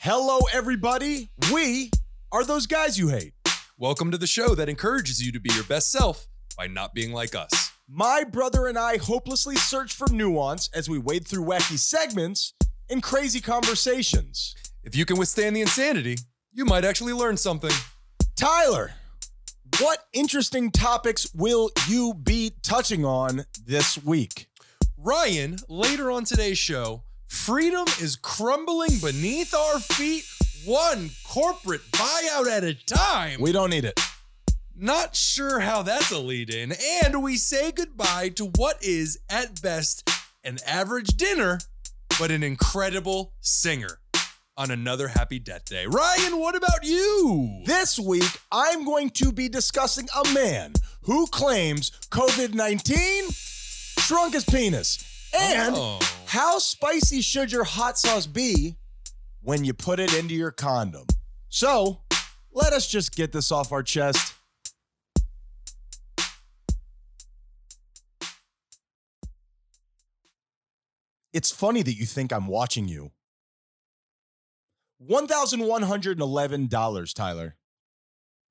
Hello, everybody. We are those guys you hate. Welcome to the show that encourages you to be your best self by not being like us. My brother and I hopelessly search for nuance as we wade through wacky segments and crazy conversations. If you can withstand the insanity, you might actually learn something. Tyler, what interesting topics will you be touching on this week? Ryan, later on today's show, freedom is crumbling beneath our feet, one corporate buyout at a time. We don't need it. Not sure how that's a lead in. And we say goodbye to what is, at best, an average dinner, but an incredible singer on another happy death day. Ryan, what about you? This week, I'm going to be discussing a man who claims COVID 19 shrunk his penis and Oh. how spicy should your hot sauce be when you put it into your condom. So let us just get this off our chest. It's funny that you think I'm watching you. $1,111, Tyler.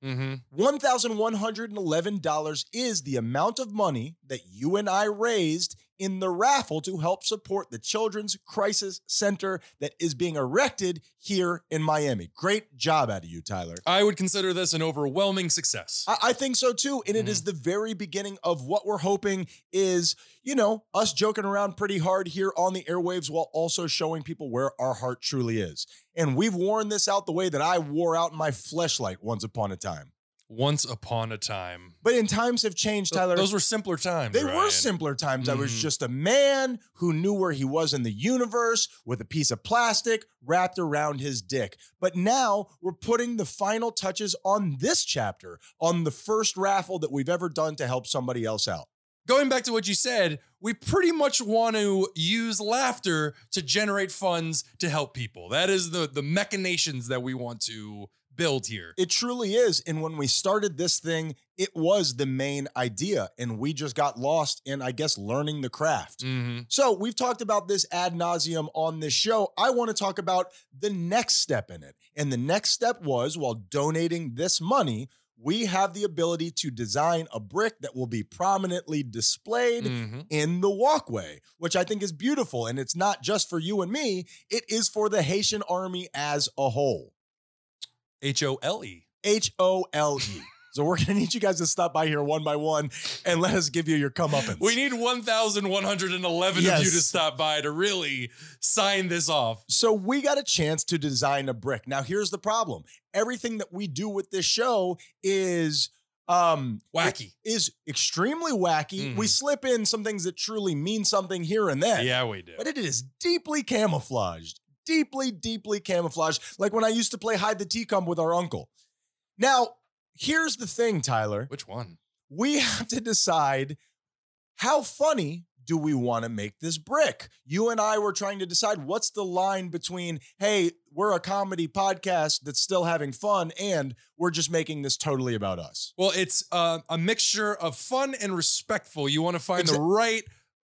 Mm-hmm. $1,111 is the amount of money that you and I raised in the raffle to help support the Children's Crisis Center that is being erected here in Miami. Great job out of you, Tyler. I would consider this an overwhelming success. I, I think so too. And it is Mm-hmm. the very beginning of what we're hoping is, you know, us joking around pretty hard here on the airwaves while also showing people where our heart truly is. And we've worn this out the way that I wore out my fleshlight once upon a time. Once upon a time. But in times have changed, Th- Tyler. Those were simpler times. They were Ryan. simpler times. I was Mhm. just a man who knew where he was in the universe with a piece of plastic wrapped around his dick. But now we're putting the final touches on this chapter, on the first raffle that we've ever done to help somebody else out. Going back to what you said, we pretty much want to use laughter to generate funds to help people. That is the the machinations that we want to build here. It truly is. And when we started this thing, it was the main idea. And we just got lost in, I guess, learning the craft. Mm-hmm. So we've talked about this ad nauseum on this show. I want to talk about the next step in it. And the next step was while donating this money, we have the ability to design a brick that will be prominently displayed Mm-hmm. in the walkway, which I think is beautiful. And it's not just for you and me, it is for the Haitian army as a whole. H O L E. H O L E. So we're gonna need you guys to stop by here one by one and let us give you your comeuppance. We need 1,111 of you Yes. to stop by to really sign this off. So we got a chance to design a brick. Now here's the problem. Everything that we do with this show is um Wacky. is extremely wacky. Mhm. We slip in some things that truly mean something here and there. Yeah, we do. But it is deeply camouflaged. Deeply, deeply camouflaged. Like when I used to play hide the teacum with our uncle. Now, here's the thing, Tyler. Which one? We have to decide how funny do we want to make this brick? You and I were trying to decide what's the line between, hey, we're a comedy podcast that's still having fun and we're just making this totally about us. Well, it's uh, a mixture of fun and respectful. You want to find the Exa- eh, right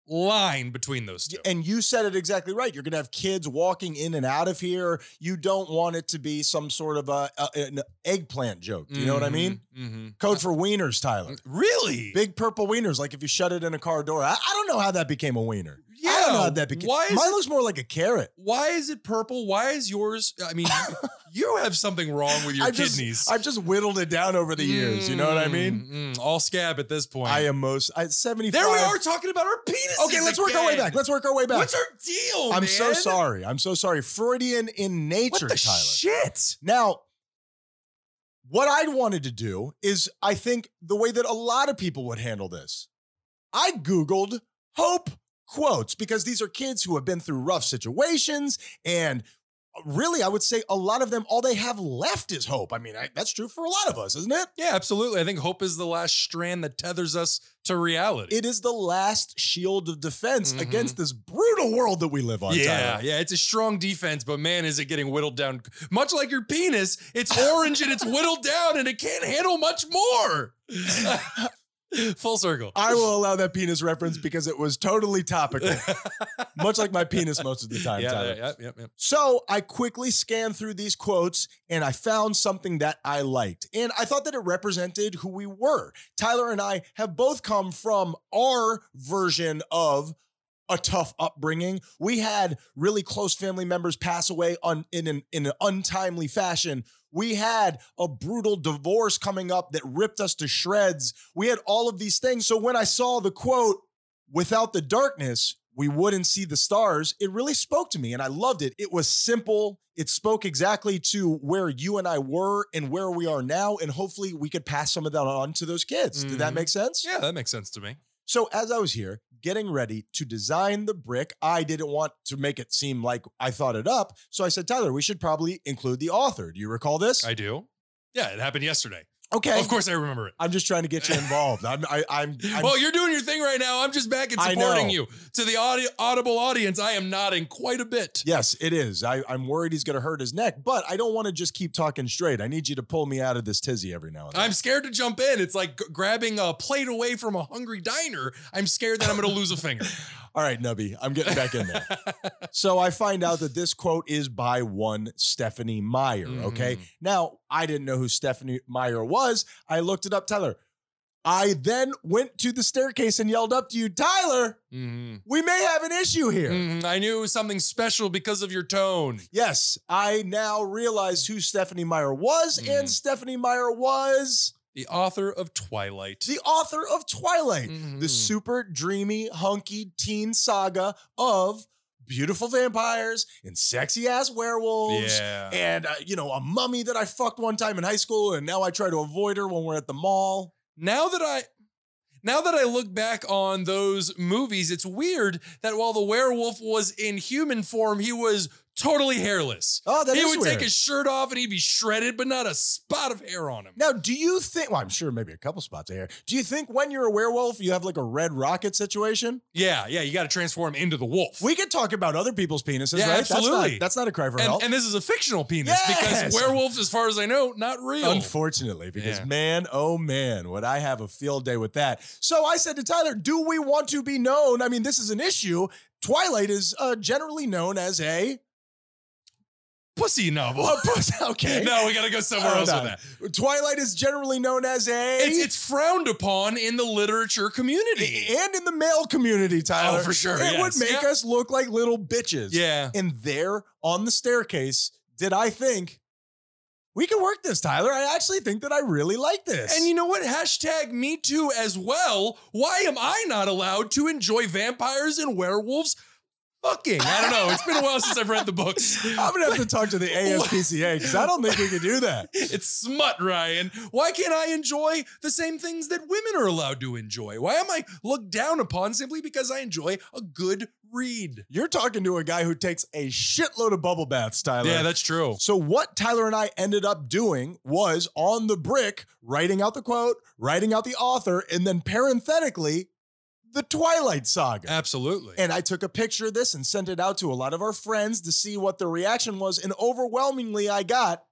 line between those two. And you said it exactly right. You're going to have kids walking in and out of here. You don't want it to be some sort of a, a- an eggplant joke. Do you know what I mean? Mm-hmm. Mm. Code for wieners, Tyler. Really? Big purple wieners, like if you shut it in a car door. I, I don't know how that became a wiener. yeah. I don't know how that became. Why is Mine it, looks more like a carrot. why is it purple? Why is yours? I mean, you have something wrong with your I just- kidneys. I've just whittled it down over the years. You know what I mean? Mm, mm, all scab at this point. I am most I, 75. there we are talking about our penises. Okay, let's work our way again. back. Let's work our way back. What's our deal, I'm so man? sorry. I'm so sorry. Freudian in nature, What the Tyler. shit? Now, what I wanted to do is, I think, the way that a lot of people would handle this. I Googled hope quotes because these are kids who have been through rough situations. And uh, really, I would say a lot of them, all they have left is hope. I mean, I, that's true for a lot of us, isn't it? Yeah, absolutely. I think hope is the last strand that tethers us to reality. It is the last shield of defense Mhm. against this brutal world that we live on. yeah, Tyler. yeah, it's a strong defense, but man, is it getting whittled down? Much like your penis, it's orange and it's whittled down, and it can't handle much more. Full circle. I will allow that penis reference because it was totally topical, much like my penis most of the time. yeah, Tyler. yeah, yep, yep, yep. So I quickly scanned through these quotes and I found something that I liked. And I thought that it represented who we were. Tyler and I have both come from our version of a tough upbringing. We had really close family members pass away on, in, an, in an untimely fashion. We had a brutal divorce coming up that ripped us to shreds. We had all of these things. So when I saw the quote, without the darkness, we wouldn't see the stars. It really spoke to me and I loved it. It was simple. It spoke exactly to where you and I were and where we are now. And hopefully we could pass some of that on to those kids. Did that Mhm. make sense? Yeah, that makes sense to me. So as I was here getting ready to design the brick, I didn't want to make it seem like I thought it up. So I said, Tyler, we should probably include the author. Do you recall this? I do. Yeah, it happened yesterday. okay. Of course, I remember it. I'm just trying to get you involved. I'm, I, I'm, I'm well, you're doing your thing right now. I'm just back and I supporting know. you. To the audi- audible audience, I am nodding quite a bit. Yes, it is. I, I'm worried he's going to hurt his neck, but I don't want to just keep talking straight. I need you to pull me out of this tizzy every now and then. I'm scared to jump in. It's like g- grabbing a plate away from a hungry diner. I'm scared that I'm going to lose a finger. All right, Nubby, I'm getting back in there. so I find out that this quote is by one Stephanie Meyer. Okay. Mhm. Now, I didn't know who Stephanie Meyer was. I looked it up, Tyler. I then went to the staircase and yelled up to you, Tyler, Mhm. we may have an issue here. Mhm. I knew it was something special because of your tone. Yes, I now realize who Stephanie Meyer was, Mm. and Stephanie Meyer was The author of Twilight. the author of Twilight. the Mhm. super dreamy, hunky teen saga of beautiful vampires and sexy ass werewolves. Yeah. And, uh, you know, a mummy that I fucked one time in high school, and now I try to avoid her when we're at the mall. now that I now that I look back on those movies, it's weird that while the werewolf was in human form, he was totally hairless. Oh, that is he would weird. take his shirt off and he'd be shredded, but not a spot of hair on him. now, do you think? Well, I'm sure maybe a couple spots here. Do you think when you're a werewolf, you have like a red rocket situation? Yeah, yeah, you got to transform into the wolf. We could talk about other people's penises, Yeah, right? That's absolutely. not, that's not a cry for and, help. and this is a fictional penis Yes! because werewolves, as far as I know, not real. Unfortunately, because Yeah. man, oh man, would I have a field day with that. So I said to Tyler, do we want to be known? I mean, this is an issue. Twilight is uh, generally known as a. Pussy novel. Well, Oh, okay. No, we got to go somewhere Hold else on. with that. Twilight is generally known as a. It's, it's frowned upon in the literature community. and in the male community, Tyler. Oh, for sure, It yes. would make Yeah. us look like little bitches. yeah. And there on the staircase, did I think, we can work this, Tyler? I actually think that I really like this. And you know what? Hashtag me too as well. Why am I not allowed to enjoy vampires and werewolves fucking? I don't know. It's been a while since I've read the books. I'm gonna have to talk to the ASPCA because I don't think we can do that. It's smut, Ryan. Why can't I enjoy the same things that women are allowed to enjoy? Why am I looked down upon simply because I enjoy a good read? You're talking to a guy who takes a shitload of bubble baths, Tyler. that's true. so what Tyler and I ended up doing was on the brick writing out the quote, writing out the author, and then parenthetically, the Twilight Saga. Absolutely. And I took a picture of this and sent it out to a lot of our friends to see what their reaction was. And overwhelmingly, I got,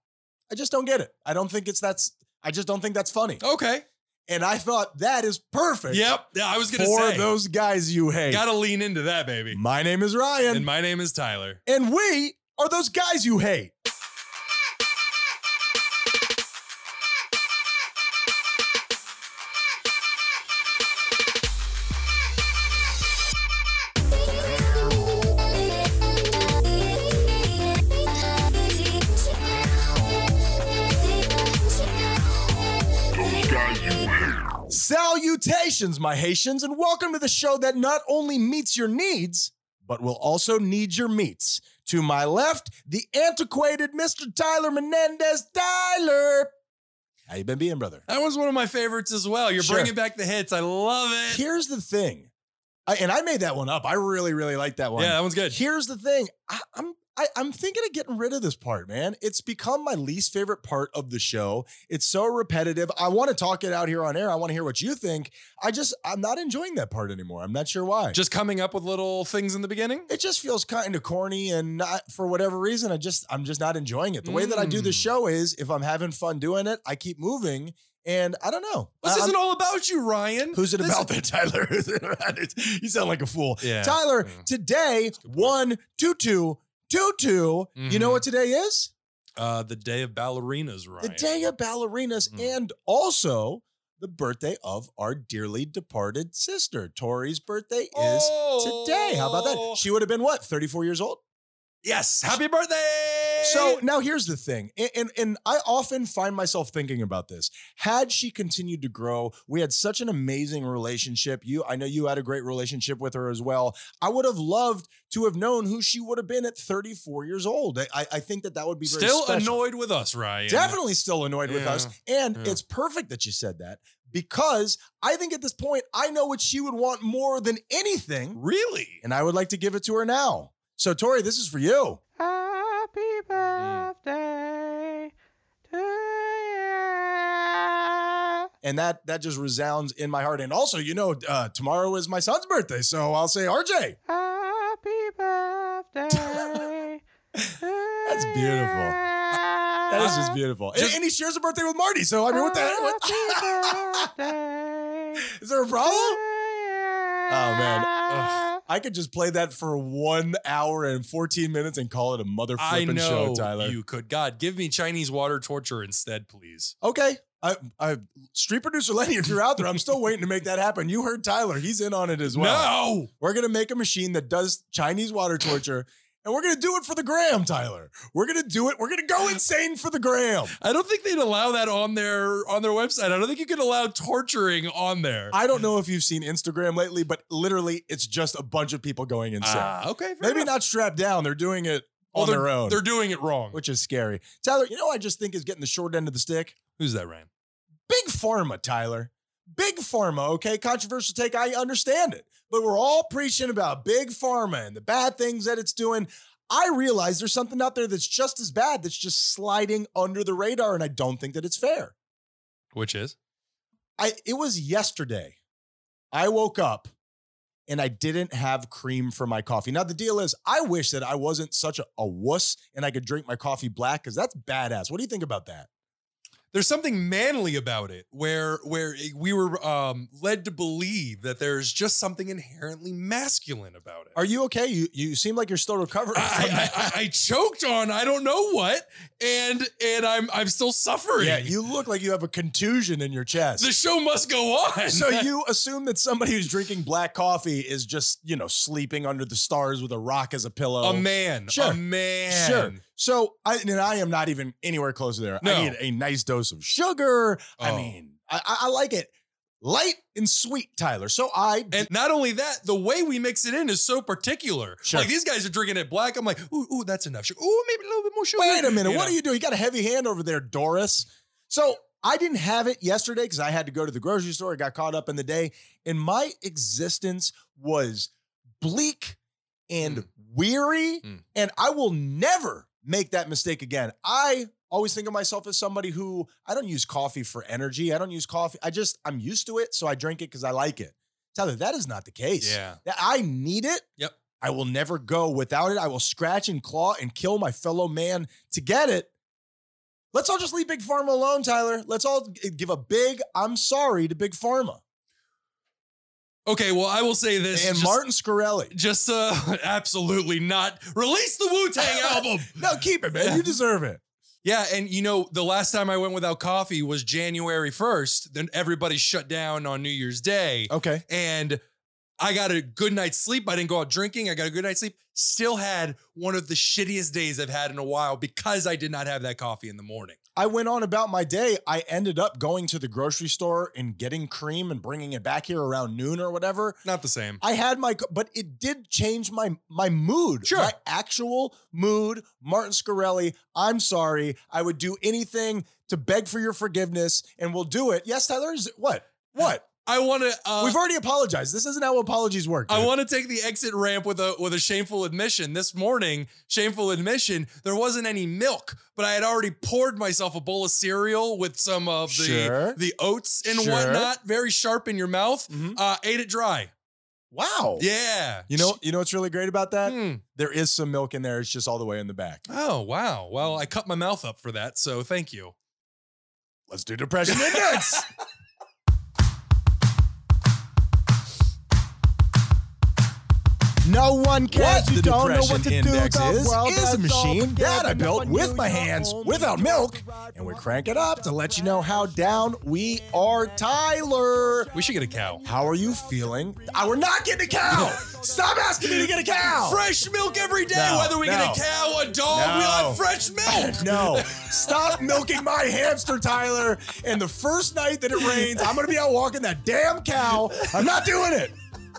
I just don't get it. I don't think it's that's. I just don't think that's funny. okay. And I thought that is perfect. Yep. Oh. Yeah, I was gonna for say. those guys you hate. Gotta lean into that, baby. My name is Ryan, And my name is Tyler. and we are those guys you hate. Those guys you hate. Salutations, my Haitians, and welcome to the show that not only meets your needs, but will also need your meats. To my left, the antiquated Mr. Tyler Menendez. Tyler, how you been being, brother? That was one of my favorites as well. You're Sure. bringing back the hits. I love it. Here's the thing, I, and I made that one up. I really, really like that one. Yeah, that one's good. Here's the thing. I, I'm I, I'm thinking of getting rid of this part, man. It's become my least favorite part of the show. It's so repetitive. I want to talk it out here on air. I want to hear what you think. I just I'm not enjoying that part anymore. I'm not sure why. Just coming up with little things in the beginning. it just feels kind of corny and not for whatever reason. I just I'm just not enjoying it. The way that I do the Mm. show is if I'm having fun doing it, I keep moving And I don't know. This I- Uh, I'm- isn't all about you, Ryan. Who's it This about then, Tyler? Who's it about? It's- you sound like a fool. Yeah. Mm-hmm. Tyler, Yeah. today, one, two, two, two, two. You know Mhm. what today is? Uh, the day of ballerinas, Ryan. The day of ballerinas Mhm. and also the birthday of our dearly departed sister. Tori's birthday is today. How about Oh. that? She would have been what, 34 years old? Yes. Happy birthday. So now here's the thing, and, and and I often find myself thinking about this. Had she continued to grow, we had such an amazing relationship. You, I know you had a great relationship with her as well. I would have loved to have known who she would have been at 34 years old. I- I, I think that that would be very still special. annoyed with us, Ryan. Definitely still annoyed with us, and Yeah. it's perfect that you said that because I think at this point I know what she would want more than anything, Really? and I would like to give it to her now. So Tori, this is for you. Happy Mm. birthday to you. and that that just resounds in my heart. And also, you know, uh, tomorrow is my son's birthday, so I'll say RJ. Happy birthday. That's beautiful. That is just beautiful. And, Just- and he shares a birthday with Marty, so I mean, what the Oh, heck? What? Happy birthday. is there a problem? Oh man. I could just play that for one hour and fourteen minutes and call it a mother I flippin' know show, Tyler. you could. God, give me Chinese water torture instead, please. okay. I, I, street producer Lenny, if you're out there, I'm still waiting to make that happen. You heard Tyler; he's in on it as well. no. We're gonna make a machine that does Chinese water torture, and we're gonna do it for the gram, Tyler. We're gonna do it. We're gonna go insane for the gram. I don't think they'd allow that on their on their website. I don't think you could allow torturing on there. I don't know if you've seen Instagram lately, but literally it's just a bunch of people going insane. Ah, okay. fair Maybe enough. not strapped down. They're doing it Oh, on their own, They're doing it wrong. which is scary. Tyler, you know, what I just think is getting the short end of the stick. Who's that, Ryan? Big pharma, Tyler. Big pharma, okay? Controversial take. I understand it. But we're all preaching about big pharma and the bad things that it's doing. I realize there's something out there that's just as bad that's just sliding under the radar, and I don't think that it's fair. Which is? I it was yesterday. I woke up and I didn't have cream for my coffee. Now the deal is I wish that I wasn't such a, a wuss and I could drink my coffee black because that's badass. What do you think about that? there's something manly about it where where it- we were um, led to believe that there's just something inherently masculine about it. Are you okay? You you seem like you're still recovering. I, from that. I- I- I choked on I don't know what and and I'm I'm still suffering. yeah, you look like you have a contusion in your chest. the show must go on. so you assume that somebody who's drinking black coffee is just, you know, sleeping under the stars with a rock as a pillow. a man, Sure. a man. Sure. So I and I am not even anywhere close to there. I No. need a nice dose of sugar. I Oh. mean, I, I- I like it light and sweet, Tyler. So I And not only that, the way we mix it in is so particular. Sure. Like these guys are drinking it black. I'm like, ooh, ooh, that's enough. sugar. Ooh, maybe a little bit more sugar. wait a minute. What know. are you doing? You got a heavy hand over there, Doris. So I didn't have it yesterday because I had to go to the grocery store. I got caught up in the day, and my existence was bleak and Mm. weary. Mm. And I will never make that mistake again. I always think of myself as somebody who I don't use coffee for energy. I don't use coffee. I just I'm used to it, so I drink it because I like it. Tyler, that is not the case. Yeah. That I need it. Yep. I will never go without it. I will scratch and claw and kill my fellow man to get it. Let's all just leave Big Pharma alone, Tyler. Let's all g- give a big I'm sorry to Big Pharma. Okay. Well, I will say And this. just- Martin Scarelli. Just uh, absolutely not. Release the Wu Tang album. No, keep it, man. You deserve it. Yeah, and you know, the last time I went without coffee was January 1st. Then everybody shut down on New Year's Day. Okay. And I got a good night's sleep. I didn't go out drinking. I got a good night's sleep. Still had one of the shittiest days I've had in a while because I did not have that coffee in the morning. I went on about my day. I ended up going to the grocery store and getting cream and bringing it back here around noon or whatever. Not the same. I had my, co- but it did change my my mood. Sure. my actual mood. Martin Scarelli, I'm sorry. I would do anything to beg for your forgiveness, and we'll do it. Yes, Tyler. Is what? What? I want to uh, We've already apologized. This isn't how apologies work. I dude. want to take the exit ramp with a with a shameful admission. This morning, shameful admission, there wasn't any milk, but I had already poured myself a bowl of cereal with some of the Sure. the oats and Sure. whatnot, very sharp in your mouth. Mhm. Uh, ate it dry. Wow. Yeah, You know. You know what's really great about that? Hmm. There is some milk in there. It's just all the way in the back. Oh wow. Well, I cut my mouth up for that, so thank you. Let's do depression index. No one cares. what you the don't know depression what to index do. The is world is a has all machine been that I given. built No with one my knew your hands, own without name. milk, and we crank it up to let you know how down we are. Tyler, We should get a cow. how are you feeling? I we're not getting a cow. Stop asking me to get a cow. Fresh milk every day, No, whether we get a no. cow, a dog, we No. want fresh milk. No, stop milking my hamster, Tyler. And the first night that it rains, I'm gonna be out walking that damn cow. I'm not doing it.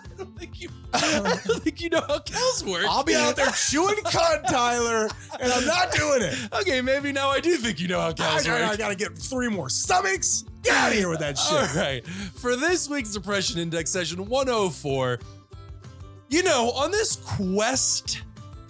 I don't think you, I don't think you know how cows work. I'll be out there chewing cud, Tyler, and I'm not doing it. Okay, maybe now I do think you know how I cows gotta, I work. gotta get three more stomachs. Get out of here with that All shit. right. For this week's Depression Index session 104, you know, on this quest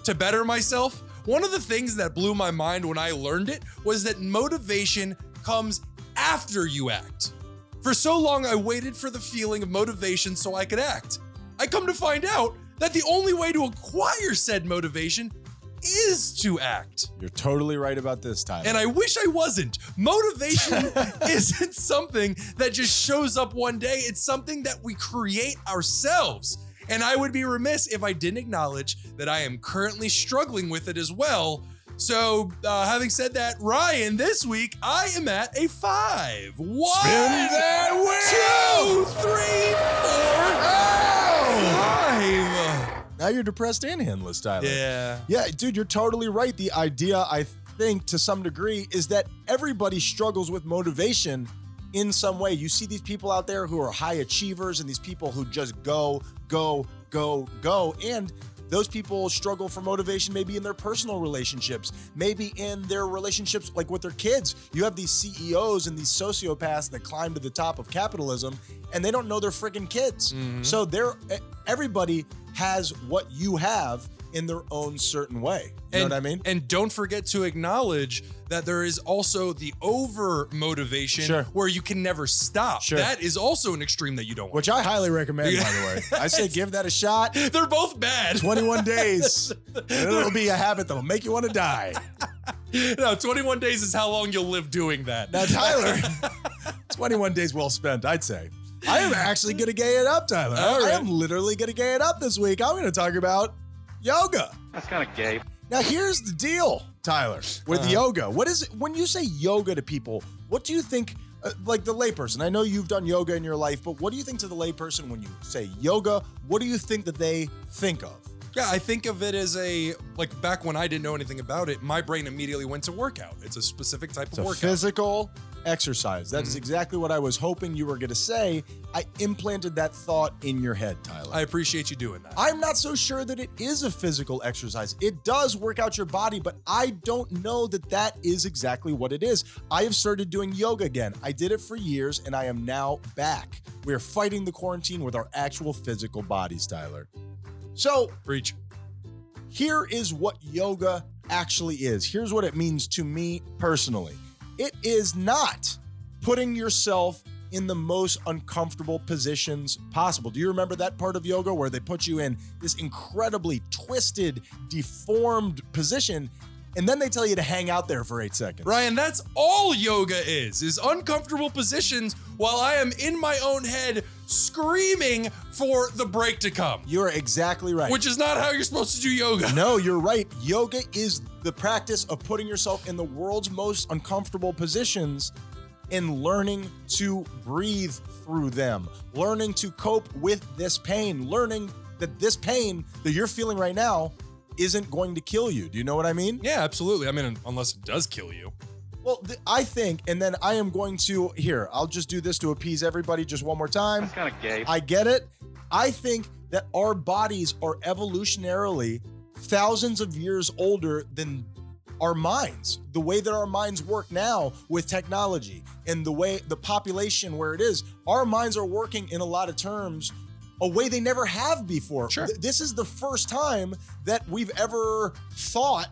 to better myself, one of the things that blew my mind when I learned it was that motivation comes after you act. For so long, I waited for the feeling of motivation so I could act. I come to find out that the only way to acquire said motivation is to act. You're totally right about this, Tyler. And I wish I wasn't. Motivation isn't something that just shows up one day, it's something that we create ourselves. And I would be remiss if I didn't acknowledge that I am currently struggling with it as well. So, uh, having said that, Ryan, this week I am at a five. One, that two, three, four, five. now you're depressed and handless, Tyler. Yeah. Yeah, dude, you're totally right. The idea, I think, to some degree, is that everybody struggles with motivation in some way. You see these people out there who are high achievers and these people who just go, go, go, go. And those people struggle for motivation maybe in their personal relationships, maybe in their relationships like with their kids. You have these CEOs and these sociopaths that climb to the top of capitalism and they don't know their freaking kids. Mhm. So they're e, everybody has what you have in their own certain way. You know what I mean? And don't forget to acknowledge that there is also the over motivation Sure. where you can never stop. Sure. That is also an extreme that you don't want. Which I highly recommend, by the way. I say give that a shot. They're both bad. 21 days. and It'll be a habit that'll make you want to die. no, 21 days is how long you'll live doing that. Now, Tyler, 21 days well spent, I'd say. I am actually going to gay it up, Tyler. I- All I right. am literally going to gay it up this week. I'm going to talk about yoga. That's kind of gay. Now, here's the deal, Tyler, with Uh-huh. yoga. What is it when you say yoga to people? What do you think, uh, like the layperson? I know you've done yoga in your life, but what do you think to the layperson when you say yoga? What do you think that they think of? Yeah, I think of it as a like back when I didn't know anything about it, my brain immediately went to workout. It's a specific type It's of a workout. physical exercise. That is Mhm. exactly what I was hoping you were going to say. I implanted that thought in your head, Tyler. I appreciate you doing that. I'm not so sure that it is a physical exercise. It does work out your body, but I don't know that that is exactly what it is. I have started doing yoga again. I did it for years and I am now back. We are fighting the quarantine with our actual physical bodies, Tyler. So, Preach. here is what yoga actually is. Here's what it means to me personally it is not putting yourself in the most uncomfortable positions possible. Do you remember that part of yoga where they put you in this incredibly twisted, deformed position? And then they tell you to hang out there for eight seconds. Ryan, that's all yoga is, is uncomfortable positions while I am in my own head screaming for the break to come. You're exactly right. Which is not how you're supposed to do yoga. No, you're right. Yoga is the practice of putting yourself in the world's most uncomfortable positions and learning to breathe through them, learning to cope with this pain, learning that this pain that you're feeling right now isn't going to kill you. Do you know what I mean? Yeah, absolutely. I mean, unless it does kill you. Well, th- I think, and then I am going to, here, I'll just do this to appease everybody just one more time. That's kind of gay. I get it. I think that our bodies are evolutionarily thousands of years older than our minds. The way that our minds work now with technology and the way the population where it is, our minds are working in a lot of terms a way they never have before. Sure. Th- This is the first time that we've ever thought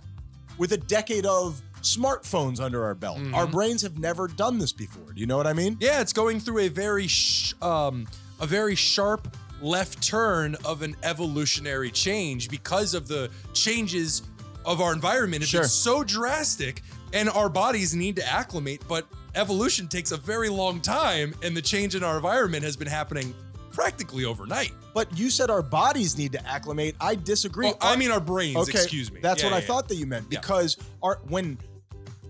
with a decade of smartphones under our belt. Our Mhm. brains have never done this before. Do you know what I mean? Yeah, it's going through a very sh- um a very sharp left turn of an evolutionary change because of the changes of our environment. It's Sure. been so drastic and our bodies need to acclimate, but evolution takes a very long time, and the change in our environment has been happening practically overnight. But you said our bodies need to acclimate. I disagree. Well, I mean, our brains. excuse me. That's Yeah, what I yeah, thought that you meant Yeah. because our when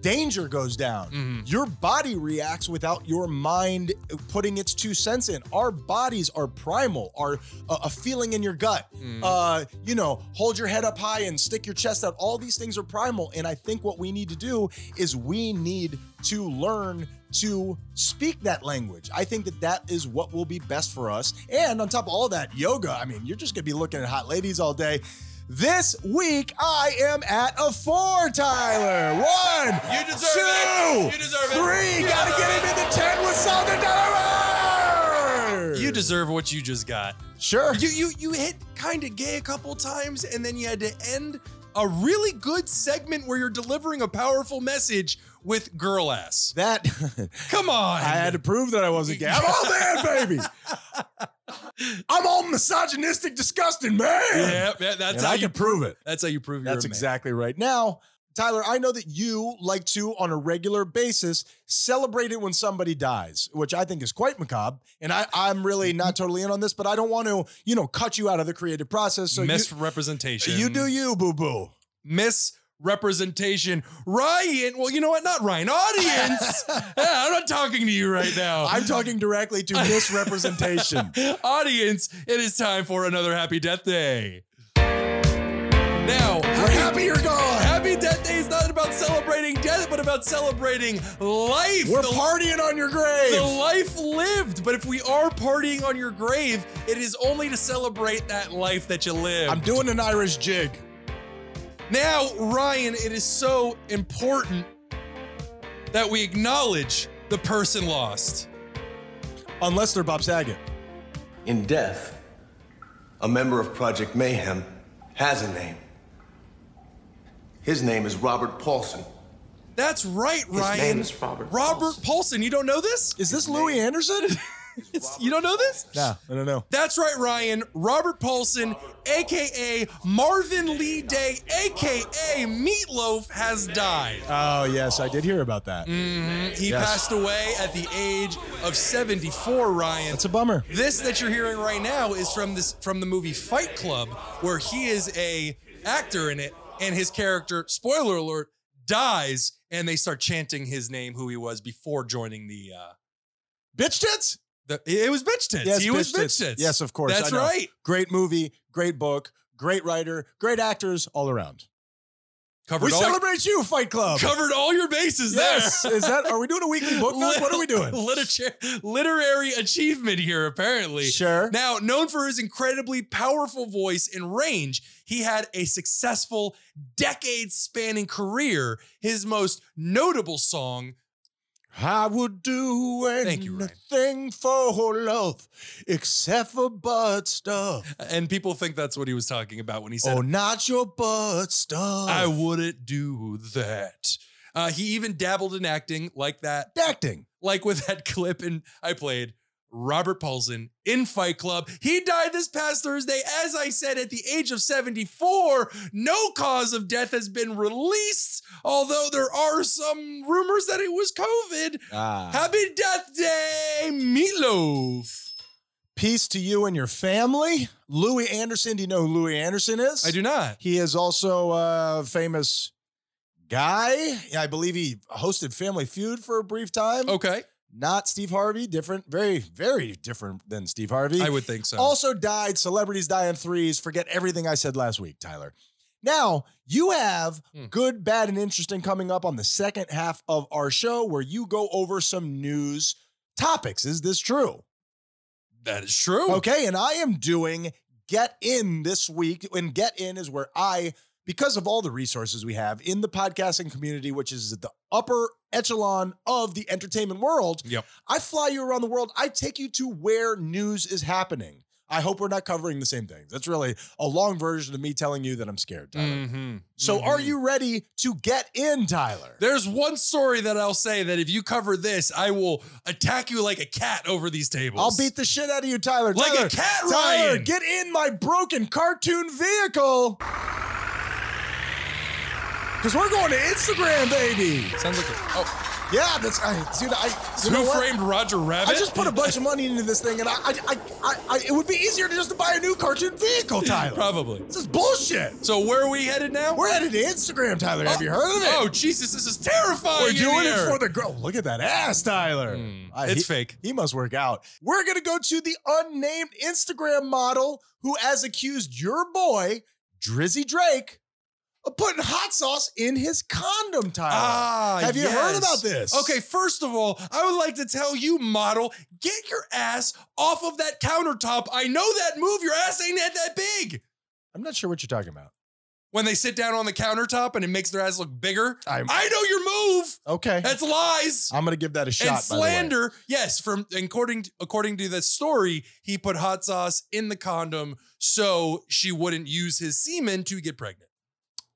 danger goes down, Mhm. your body reacts without your mind putting its two cents in. Our bodies are primal. Are a, a feeling in your gut. Mhm. Uh, you know, hold your head up high and stick your chest out. All these things are primal, and I think what we need to do is we need to learn to speak that language. I think that that is what will be best for us. And on top of all that, yoga. I mean, you're just gonna be looking at hot ladies all day. This week, I am at a four, Tyler. One, You deserve two, it. You deserve it. three. You Gotta deserve get him into ten with Southern Delaware. You deserve what you just got. sure. You you you hit kind of gay a couple times, and then you had to end a really good segment where you're delivering a powerful message with girl ass. that Come on. I had to prove that I wasn't gay. I'm all man, baby. I'm all misogynistic, disgusting man. yeah, yeah, that's and how I you can prove it. that's how you prove you're That's a man. exactly right. Now, Tyler, I know that you like to, on a regular basis, celebrate it when somebody dies, which I think is quite macabre. And I, I'm Mm-hmm. really not totally in on this, but I don't want to, you know, cut you out of the creative process. So you, misrepresentation. you do you, boo boo. misrepresentation. Ryan, well, you know what? Not Ryan. Audience. Yeah, I'm not talking to you right now. I'm talking directly to misrepresentation. Audience, it is time for another happy death day. Now, We're happy you're gone. Happy Death Day is not about celebrating death, but about celebrating life. We're the, partying on your the grave. life lived. But if we are partying on your grave, it is only to celebrate that life that you lived. I'm doing an Irish jig. Now, Ryan, it is so important that we acknowledge the person lost. Unless they're Bob Saget. In death, a member of Project Mayhem has a name. His name is Robert Paulson. That's right, Ryan. name is Robert Paulson. Paulson. You don't know this? Is this Louis Anderson? You don't know this? nah, I don't know. That's right, Ryan. Robert Paulson, aka Marvin Lee Day, aka Meatloaf, has died. Oh, yes, I did hear about that. Mm. He Yes. passed away at the age of 74, Ryan. That's a bummer. This that you're hearing right now is from this from the movie Fight Club, where he is a actor in it, and his character, spoiler alert, dies, and they start chanting his name, who he was before joining the. Uh, Bitch tits? the it was bitch tits. he was Bitch Tits. bitch tits. Yes, of course. That's I know. right. Great movie, great book, great writer, great actors all around. Covered We all, celebrate you, Fight Club. covered all your bases yes, there. is that? Are we doing a weekly book night? What are we doing? Literature, literary achievement here, apparently. Sure. Now, known for his incredibly powerful voice and range, he had a successful decade spanning career. His most notable song, I would do Thank you, Ryan. anything for love, except for butt stuff. and people think that's what he was talking about when he said, Oh, not your butt stuff. I wouldn't do that. Uh, he even dabbled in acting like that, acting. like with that clip, and I played. Robert Paulson in Fight Club. He died this past Thursday, as I said, at the age of 74. No cause of death has been released, although there are some rumors that it was COVID. Ah. Happy Death Day, Meatloaf. Peace to you and your family. Louis Anderson. Do you know who Louis Anderson is? I do not. He is also a famous guy. I believe he hosted Family Feud for a brief time. Okay. Not Steve Harvey, different, very, very different than Steve Harvey. I would think so. Also died, celebrities die in threes. Forget everything I said last week, Tyler. Now, you have Hmm. good, bad, and interesting coming up on the second half of our show where you go over some news topics. Is this true? that is true. Okay, and I am doing Get In this week. And Get In is where I, because of all the resources we have in the podcasting community, which is the upper echelon of the entertainment world, Yep. I fly you around the world. I take you to where news is happening. I hope we're not covering the same things. That's really a long version of me telling you that I'm scared, Tyler. Mhm. So, Mhm. are you ready to get in, Tyler? There's one story that I'll say that if you cover this, I will attack you like a cat over these tables. I'll beat the shit out of you, Tyler. Like a Tyler, cat, Tyler, Ryan. get in my broken cartoon vehicle. Because we're going to Instagram, baby. Sounds like a. Oh, Yeah, that's I, dude. I you know who what? framed Roger Rabbit? I just put a bunch of money into this thing, and I, I, I, I, I it would be easier to just to buy a new cartoon vehicle, Tyler. Probably. This is bullshit. So where are we headed now? We're headed to Instagram, Tyler. Have you heard of it? Oh Jesus, this is terrifying. We're in doing it here. Hmm. for the girl. Look at that ass, Tyler. I- it's he- fake. He must work out. We're gonna go to the unnamed Instagram model who has accused your boy Drizzy Drake of putting hot sauce in his condom, Tyler. Ah, Have you heard about this? Okay, first of all, I would like to tell you, model, get your ass off of that countertop. I know that move. Your ass ain't that that big. I'm not sure what you're talking about. When they sit down on the countertop and it makes their ass look bigger, I'm- I know your move. Okay, That's lies I'm gonna give that a shot. and by the way. slander. Yes, from and according according to the story, he put hot sauce in the condom so she wouldn't use his semen to get pregnant.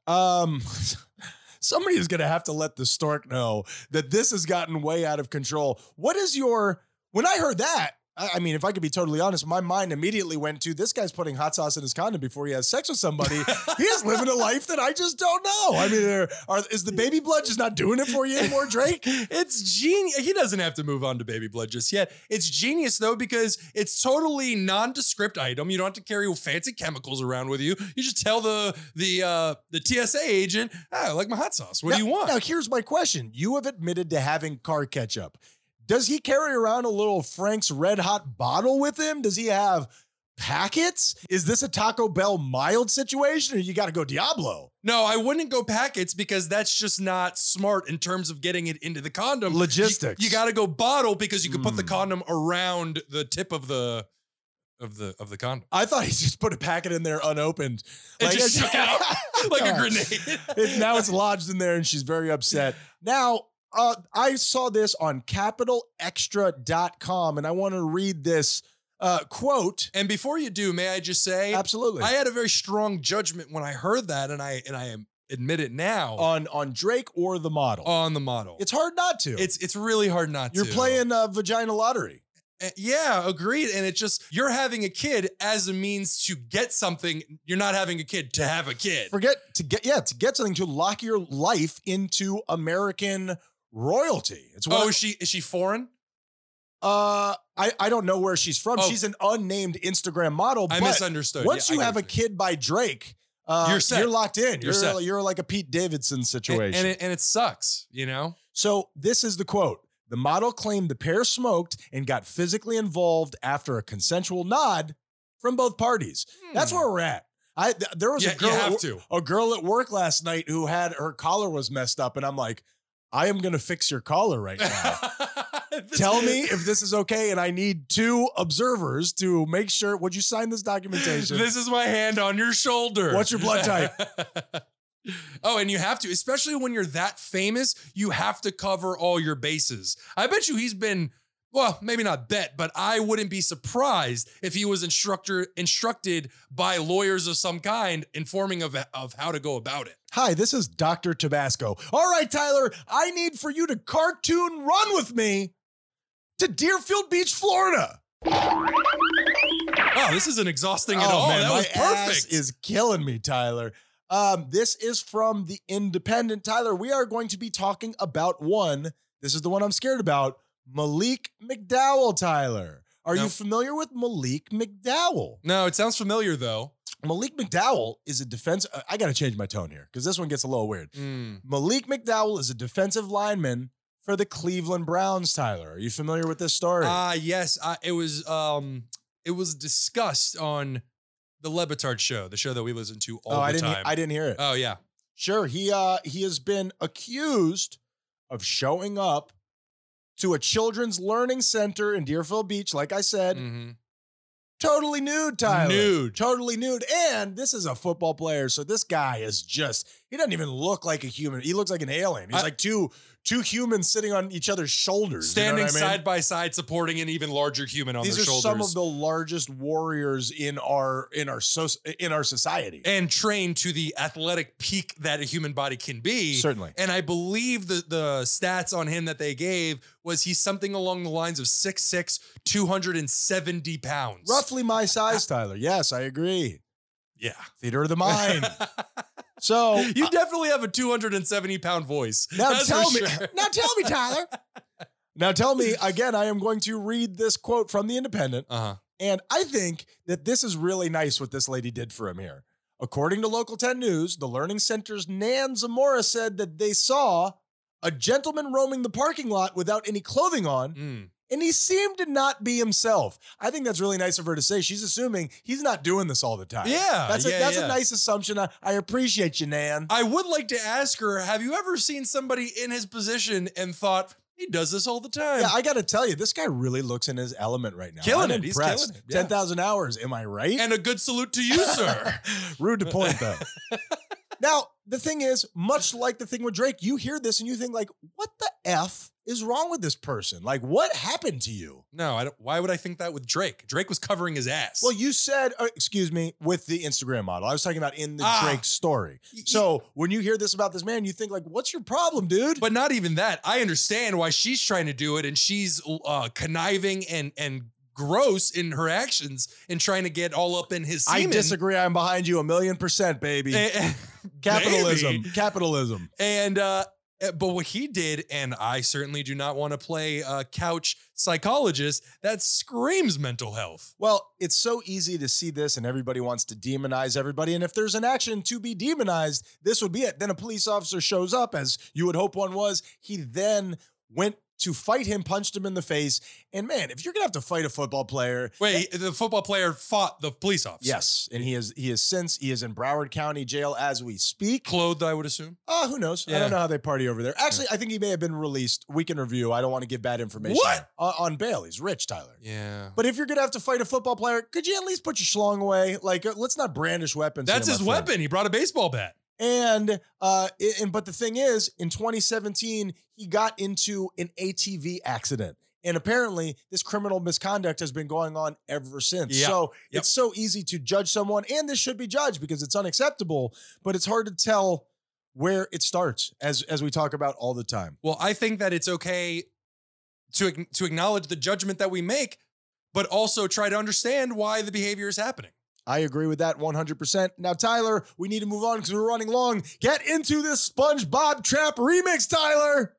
Um, somebody is going to have to let the stork know that this has gotten way out of control. What is your? When I heard that, I, I mean, if I could be totally honest, my mind immediately went to this guy's putting hot sauce in his condom before he has sex with somebody. he is living a life that I just don't know. I mean, are, are, is the baby blood just not doing it for you anymore, Drake? It's genius. He doesn't have to move on to baby blood just yet. It's genius though because it's totally nondescript item. You don't have to carry fancy chemicals around with you. You just tell the the uh, the TSA agent, ah, "I like my hot sauce. What do Now- you want?" Now, here's my question: You have admitted to having car ketchup. Does he carry around a little Frank's Red Hot bottle with him? Does he have packets? Is this a Taco Bell mild situation, or you got to go Diablo? No, I wouldn't go packets because that's just not smart in terms of getting it into the condom. Logistics. You, got to go bottle because you could put the Mm. condom around the tip of the of the of the condom. I thought he just put a packet in there unopened, And just shook it out like a Yeah. grenade. It- now it's lodged in there, and she's very upset. Now, uh, I saw this on CapitalExtra.com, and I want to read this uh, quote. and before you do, may I just say Absolutely. I had a very strong judgment when I heard that and I and I am- admit it now on on Drake or the model. on the model. Oh. It's hard not to. it's it's really hard not you're to. playing uh, vagina lottery. Uh, Yeah, agreed. And it just you're having a kid as a means to get something. You're not having a kid to have a kid. Forget to get yeah to get something to lock your life into American royalty. It's what Oh, is she is she foreign? uh I I don't know where she's from. Oh. She's an unnamed Instagram model. I but misunderstood. Once Yeah, you I have a get what kid by Drake, uh, You're set. locked in. You're You're set. you're like a Pete Davidson you're situation. saying. and, and it and it sucks. You know, So this is the quote. The model claimed the pair smoked and got physically involved after a consensual nod from both parties. That's Hmm. where we're at. I th- there was yeah, a you girl at, have wo- to. a girl at work last night who had her collar was messed up and I'm like, I am going to fix your collar right now. Tell me if this is okay and I need two observers to make sure would you sign this documentation? This is my hand on your shoulder. What's your blood type? oh, and you have to, especially when you're that famous, you have to cover all your bases. I bet you he's been, well, maybe not bet, but I wouldn't be surprised if he was instructor instructed by lawyers of some kind, informing of of how to go about it. Hi, this is Dr. Tabasco. All right, Tyler, I need for you to cartoon run with me to Deerfield Beach, Florida. Wow, this isn't exhausting at all. Oh, that Oh, my was ass perfect. is killing me, Tyler. Um, this is from the Independent. Tyler, we are going to be talking about one. This is the one I'm scared about. Malik McDowell, Tyler. Are No. you familiar with Malik McDowell? no, it sounds familiar though. Malik McDowell is a defense. uh, I got to change my tone here because this one gets a little weird. Mm. Malik McDowell is a defensive lineman for the Cleveland Browns, Tyler. Are you familiar with this story? Ah, yes, I, it was. Um, it was discussed on the Lebitard show, the show that we listen to all oh, the I didn't he- time. I didn't hear it. oh yeah, Sure, he uh he has been accused of showing up to a children's learning center in Deerfield Beach, like I said, hmm totally nude, Tyler. Nude. Totally nude. And this is a football player, so this guy is just he doesn't even look like a human. He looks like an alien. He's I- like two two humans sitting on each other's shoulders. you know standing what I mean? side by side, supporting an even larger human on These their are shoulders, some of the largest warriors in our in our so, in our society. and trained to the athletic peak that a human body can be. Certainly. And I believe the the stats on him that they gave was he's something along the lines of 6'6", 270 pounds. Roughly my size, Tyler. Yes, I agree. Yeah. Theater of the mind. So You definitely have a 270 pound voice. Now That's tell for me, sure. now tell me, Tyler. now tell me again. I am going to read this quote from the Independent, Uh-huh. and I think that this is really nice what this lady did for him here. According to Local 10 News, the Learning Center's Nan Zamora said that they saw a gentleman roaming the parking lot without any clothing on, Mm. and he seemed to not be himself. I think that's really nice of her to say. She's assuming he's not doing this all the time. Yeah, that's a, yeah, that's yeah. a nice assumption. I, I appreciate you, Nan. I would like to ask her, have you ever seen somebody in his position and thought, he does this all the time? Yeah, I got to tell you, this guy really looks in his element right now. Killing I'm it. He's impressed. killing it. Yeah. 10,000 hours. Am I right? and a good salute to you, sir. Rude to point, though. now, the thing is, much like the thing with Drake, you hear this and you think, like, what the F is wrong with this person? Like, what happened to you? no, I don't, why would I think that with Drake? Drake was covering his ass. Well, you said, uh, excuse me, with the Instagram model. I was talking about in the Ah. Drake story. Y- So when you hear this about this man, you think, like, what's your problem, dude? But not even that. I understand why she's trying to do it, and she's uh, conniving and and gross in her actions, and trying to get all up in his. I Semen. Eh, disagree. I'm behind you a million percent, baby. And, Capitalism. Baby. Capitalism. and uh, but what he did, and I certainly do not want to play uh, couch psychologist. That screams mental health. Well, it's so easy to see this, and everybody wants to demonize everybody. And if there's an action to be demonized, this would be it. Then a police officer shows up, as you would hope one was. He then went to fight him, punched him in the face. And man, if you're gonna have to fight a football player, Wait, the football player fought the police officer. yes, and he is he is since he is in Broward County Jail as we speak. clothed. I would assume. Uh, who knows? I Yeah. don't know how they party over there. Actually, I think he may have been released. We can review. I don't want to give bad information. What? on, on bail? He's rich, Tyler. Yeah. But if you're gonna have to fight a football player, could you at least put your schlong away? Like, uh, let's not brandish weapons. That's here, my his friend. weapon. He brought a baseball bat. And uh, i- and but the thing is, in 2017, he got into an ATV accident, and apparently, this criminal misconduct has been going on ever since. Yeah. So Yep. it's so easy to judge someone, and this should be judged because it's unacceptable. But it's hard to tell where it starts, as as we talk about all the time. Well, I think that it's okay to ac- to acknowledge the judgment that we make, but also try to understand why the behavior is happening. I agree with that 100%. Now, Tyler, we need to move on because we're running long. Get into this SpongeBob Trap remix, Tyler.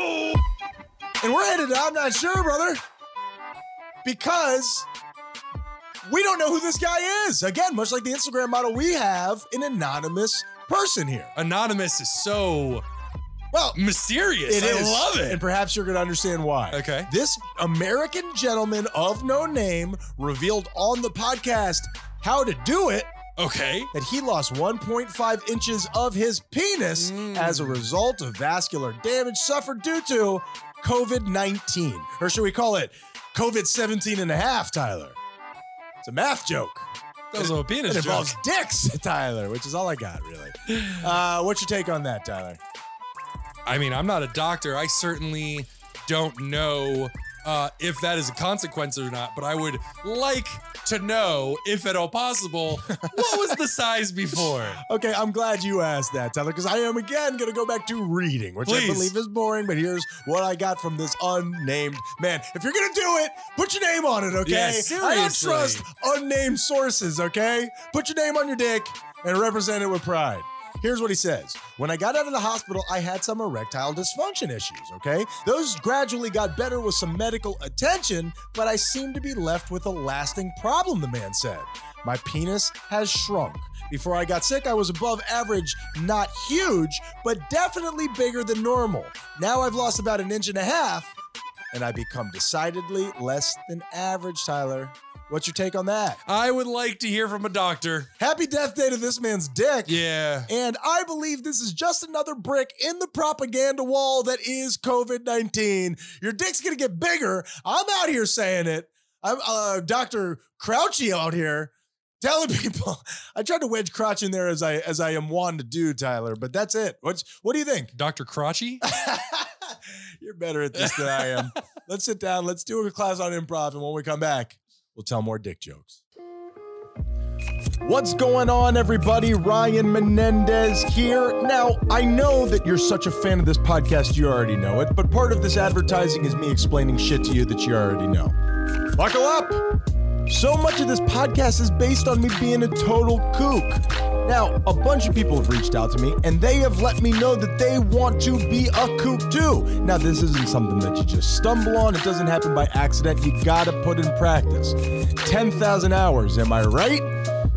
And we're headed, to I'm not sure, brother, because we don't know who this guy is. Again, much like the Instagram model, we have an anonymous person here. Anonymous is so Well, mysterious. I love And it. perhaps you're going to understand why. Okay. This American gentleman of no name revealed on the podcast how to do it Okay. that he lost 1.5 inches of his penis Mm. as a result of vascular damage suffered due to COVID 19. Or should we call it COVID 17 and a half, Tyler? It's a math joke. That was a penis It joke. involves dicks, Tyler, which is all I got, really. Uh, what's your take on that, Tyler? I mean, I'm not a doctor. I certainly don't know uh, if that is a consequence or not, but I would like to know, if at all possible, what was the size before? Okay, I'm glad you asked that, Tyler, because I am again going to go back to reading, which Please. I believe is boring, but here's what I got from this unnamed man. If you're going to do it, put your name on it, okay? Yeah, I don't seriously. trust unnamed sources, okay? Put your name on your dick and represent it with pride. Here's what he says. When I got out of the hospital, I had some erectile dysfunction issues, okay? Those gradually got better with some medical attention, but I seem to be left with a lasting problem, the man said. My penis has shrunk. Before I got sick, I was above average, not huge, but definitely bigger than normal. Now I've lost about an inch and a half, and I become decidedly less than average, Tyler. What's your take on that? I would like to hear from a doctor. Happy death day to this man's dick. Yeah. And I believe this is just another brick in the propaganda wall that is COVID 19. Your dick's gonna get bigger. I'm out here saying it. I'm uh, Dr. Crouchy out here telling people. I tried to wedge crotch in there as I as I am wont to do, Tyler, but that's it. What's what do you think? Dr. Crotchy? You're better at this than I am. let's sit down, let's do a class on improv, and when we come back, we'll tell more dick jokes. What's going on, everybody? Ryan Menendez here. Now, I know that you're such a fan of this podcast, you already know it, but part of this advertising is me explaining shit to you that you already know. Buckle up! So much of this podcast is based on me being a total kook. Now, a bunch of people have reached out to me and they have let me know that they want to be a kook too. Now, this isn't something that you just stumble on, it doesn't happen by accident. You gotta put in practice. 10,000 hours, am I right?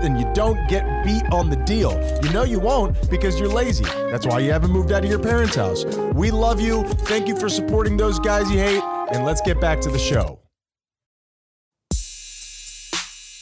and you don't get beat on the deal. You know you won't because you're lazy. That's why you haven't moved out of your parents' house. We love you. Thank you for supporting those guys you hate, and let's get back to the show.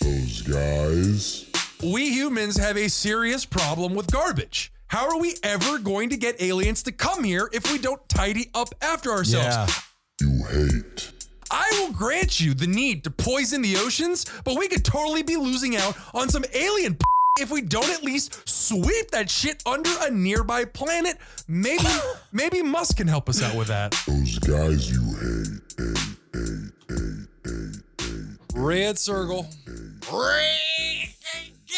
Those guys. We humans have a serious problem with garbage. How are we ever going to get aliens to come here if we don't tidy up after ourselves? You hate. I will grant you the need to poison the oceans, but we could totally be losing out on some alien if we don't at least sweep that shit under a nearby planet. Maybe maybe Musk can help us out with that. Those guys you hate. Hate, hate, hate, hate, hate. Red circle.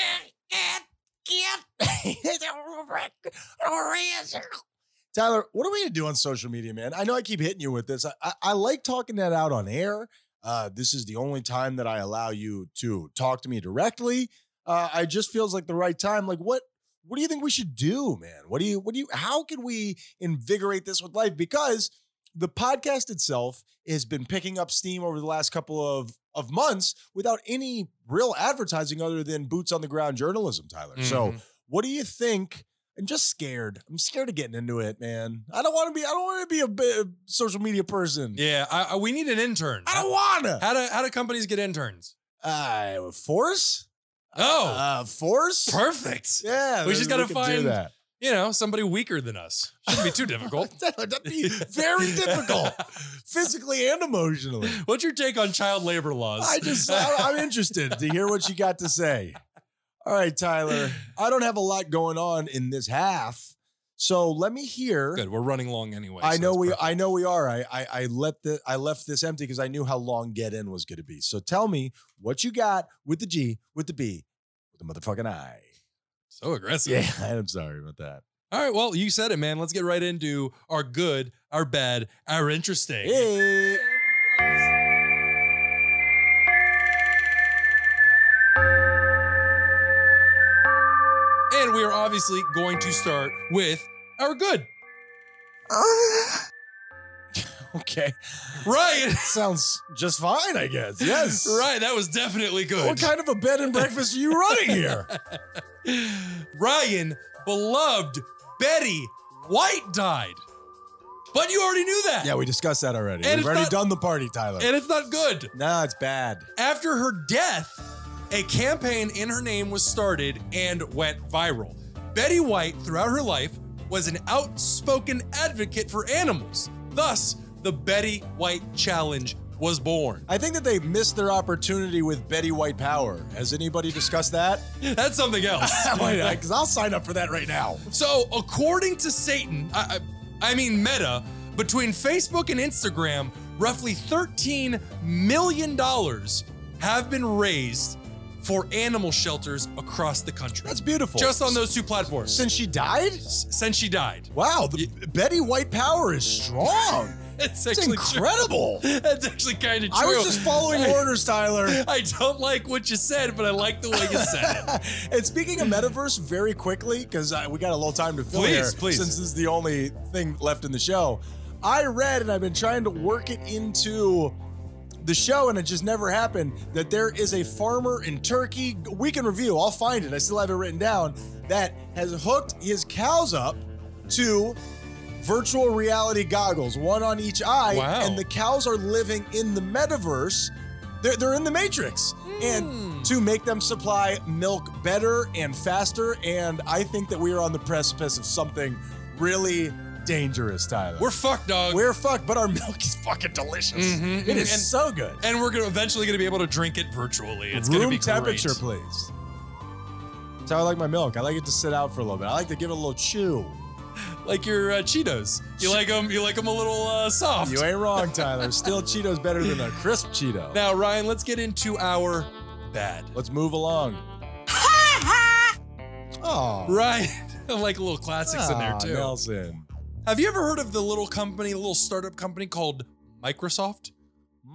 Tyler, what are we gonna do on social media, man? I know I keep hitting you with this. I, I, I like talking that out on air. Uh, this is the only time that I allow you to talk to me directly. Uh, I just feels like the right time. Like what? What do you think we should do, man? What do you? What do you? How can we invigorate this with life? Because the podcast itself has been picking up steam over the last couple of of months without any real advertising other than boots on the ground journalism, Tyler. So what do you think? I'm just scared. I'm scared of getting into it, man. I don't want to be. I don't want to be a bi- social media person. Yeah, I, I- we need an intern. I don't wanna. How do how do companies get interns? Uh, force. Oh, uh, force. perfect. Yeah, We then just gotta could do find- that. You know, somebody weaker than us shouldn't be too difficult. Tyler, That'd be very difficult, physically and emotionally. What's your take on child labor laws? I just, I- I'm interested to hear what you got to say. All right, Tyler. I don't have a lot going on in this half, so let me hear. Good. We're running long anyway. I so know that's we, perfect. I know we are. I, I, I let the, I left this empty because I knew how long get in was going to be. So tell me what you got with the G, with the B, with the motherfucking I. so aggressive. Yeah, I'm sorry about that. All right. Well, you said it, man. Let's get right into our good, our bad, our interesting. Hey. And we are obviously going to start with our good. Okay. Right. Sounds just fine, I guess. Yes. right. That was definitely good. What kind of a bed and breakfast are you running here? Ryan, beloved Betty White died. But you already knew that. yeah, we discussed that already. And We've it's already not- done the party, Tyler. And it's not good. nah, it's bad. After her death, a campaign in her name was started and went viral. Betty White, throughout her life, was an outspoken advocate for animals. Thus, the Betty White Challenge was born. I think that they missed their opportunity with Betty White Power. Has anybody discussed that? That's something else. Because I'll sign up for that right now. So, according to Satan, I, I, I mean Meta, between Facebook and Instagram, roughly $13 million have been raised for animal shelters across the country. That's beautiful. Just on those two platforms Since she died? S- since she died. Wow, the Betty White Power is strong. That's It's actually true. incredible. That's actually kind of true. I was just following orders, Tyler. I don't like what you said, but I like the way you said it. and speaking of metaverse, very quickly because we got a little time to fill Please, here, please. since this is the only thing left in the show. I read and I've been trying to work it into the show, and it just never happened. That there is a farmer in Turkey. We can review. I'll find it. I still have it written down. That has hooked his cows up two virtual reality goggles, one on each eye, Wow. and the cows are living in the metaverse. They're, they're in the matrix. Hmm. And to make them supply milk better and faster. And I think that we are on the precipice of something really dangerous, Tyler. We're fucked, dog. We're fucked, but our milk is fucking delicious. Mhm, It is and- so good. and we're gonna, eventually going to be able to drink it virtually. It's going to Room be temperature, Great. please. That's how I like my milk. I like it to sit out for a little bit. I like to give it a little chew. Like your uh, Cheetos. You like them? You like them a little uh, soft. You ain't wrong, Tyler. Still, Cheeto's better than a crisp Cheeto. Now, Ryan, let's get into our bad. Let's move along. oh, Ryan, I like little classics in there ah, too. Nelson. Have you ever heard of the little company, little startup company called Microsoft?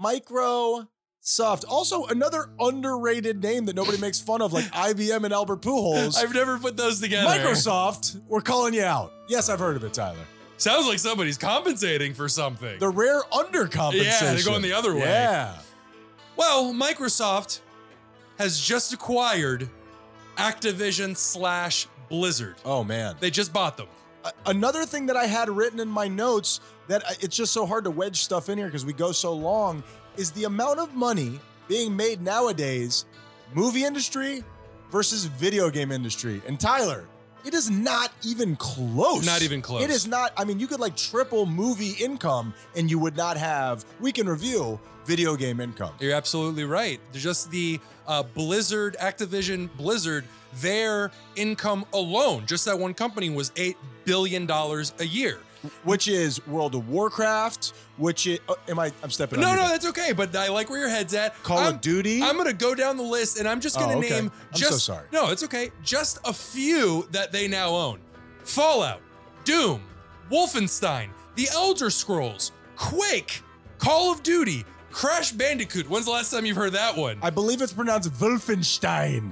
Microsoft. Also, another underrated name that nobody makes fun of, like IBM and Albert Pujols. I've never put those together. Microsoft, we're calling you out. Yes, I've heard of it, Tyler. Sounds like somebody's compensating for something. The rare undercompensation. Yeah, they're going the other way. Yeah. well, Microsoft has just acquired Activision slash Blizzard. Oh man. They just bought them. A- another thing that I had written in my notes that I- it's just so hard to wedge stuff in here because we go so long is the amount of money being made nowadays, movie industry versus video game industry. And Tyler, it is not even close. Not even close. It is not. I mean, you could like triple movie income and you would not have, we can review video game income. You're absolutely right. They're just the uh, Blizzard, Activision, Blizzard, their income alone, just that one company, was $8 billion a year. Which is World of Warcraft, which is, oh, am I, I'm stepping No, on you no, there. that's okay. But I like where your head's at. Call I'm, of Duty. I'm gonna go down the list, and I'm just gonna Oh, okay. name. I'm Just, so sorry. No, it's okay. Just a few that they now own: Fallout, Doom, Wolfenstein, The Elder Scrolls, Quake, Call of Duty, Crash Bandicoot. When's the last time you've heard that one? I believe it's pronounced Wolfenstein.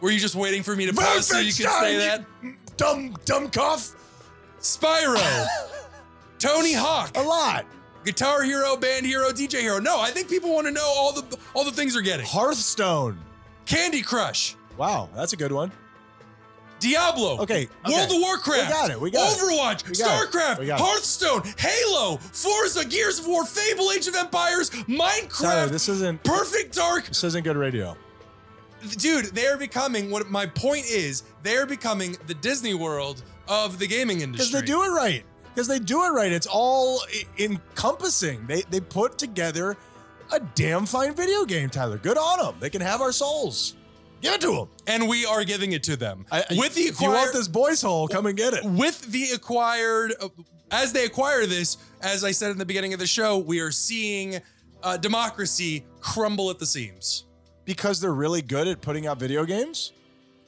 Were you just waiting for me to pause so you could say that? Dumb, dumb cough. Spyro, Tony Hawk, A lot. Guitar Hero, Band Hero, DJ Hero. No, I think people want to know all the all the things they're getting. Hearthstone. Candy Crush. Wow, that's a good one. Diablo. Okay, World okay. of Warcraft. We got it, we got it. Overwatch. We got it, Starcraft. we got it. Hearthstone. Halo. Forza. Gears of War. Fable. Age of Empires. Minecraft. Tyler, this isn't Perfect Dark. this isn't good radio. Dude, they're becoming what my point is. They're becoming the Disney World of the gaming Because industry. they do it right. Because they do it right. It's all e- encompassing. They they put together a damn fine video game, Tyler. Good on them. They can have our souls. Give it to them. and we are giving it to them with the if you acquired want this boy's hole, come and get it. with the acquired uh, as they acquire this. As I said in the beginning of the show, we are seeing uh, democracy crumble at the seams. Because they're really good at putting out video games.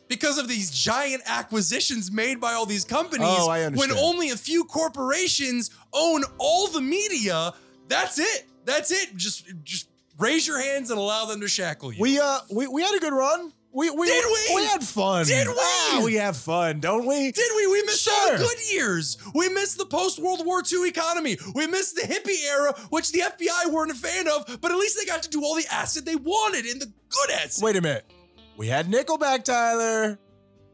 because of these giant acquisitions made by all these companies. Oh, I understand. When only a few corporations own all the media, that's it. That's it. Just just raise your hands and allow them to shackle you. We uh we, we had a good run. We we Did we? had fun. Did we? Ah, we have fun, don't we? did we? We missed all Sure. the good years. We missed the post World War II economy. We missed the hippie era, which the FBI weren't a fan of, but at least they got to do all the acid they wanted and the good acid. Wait a minute. We had Nickelback, Tyler.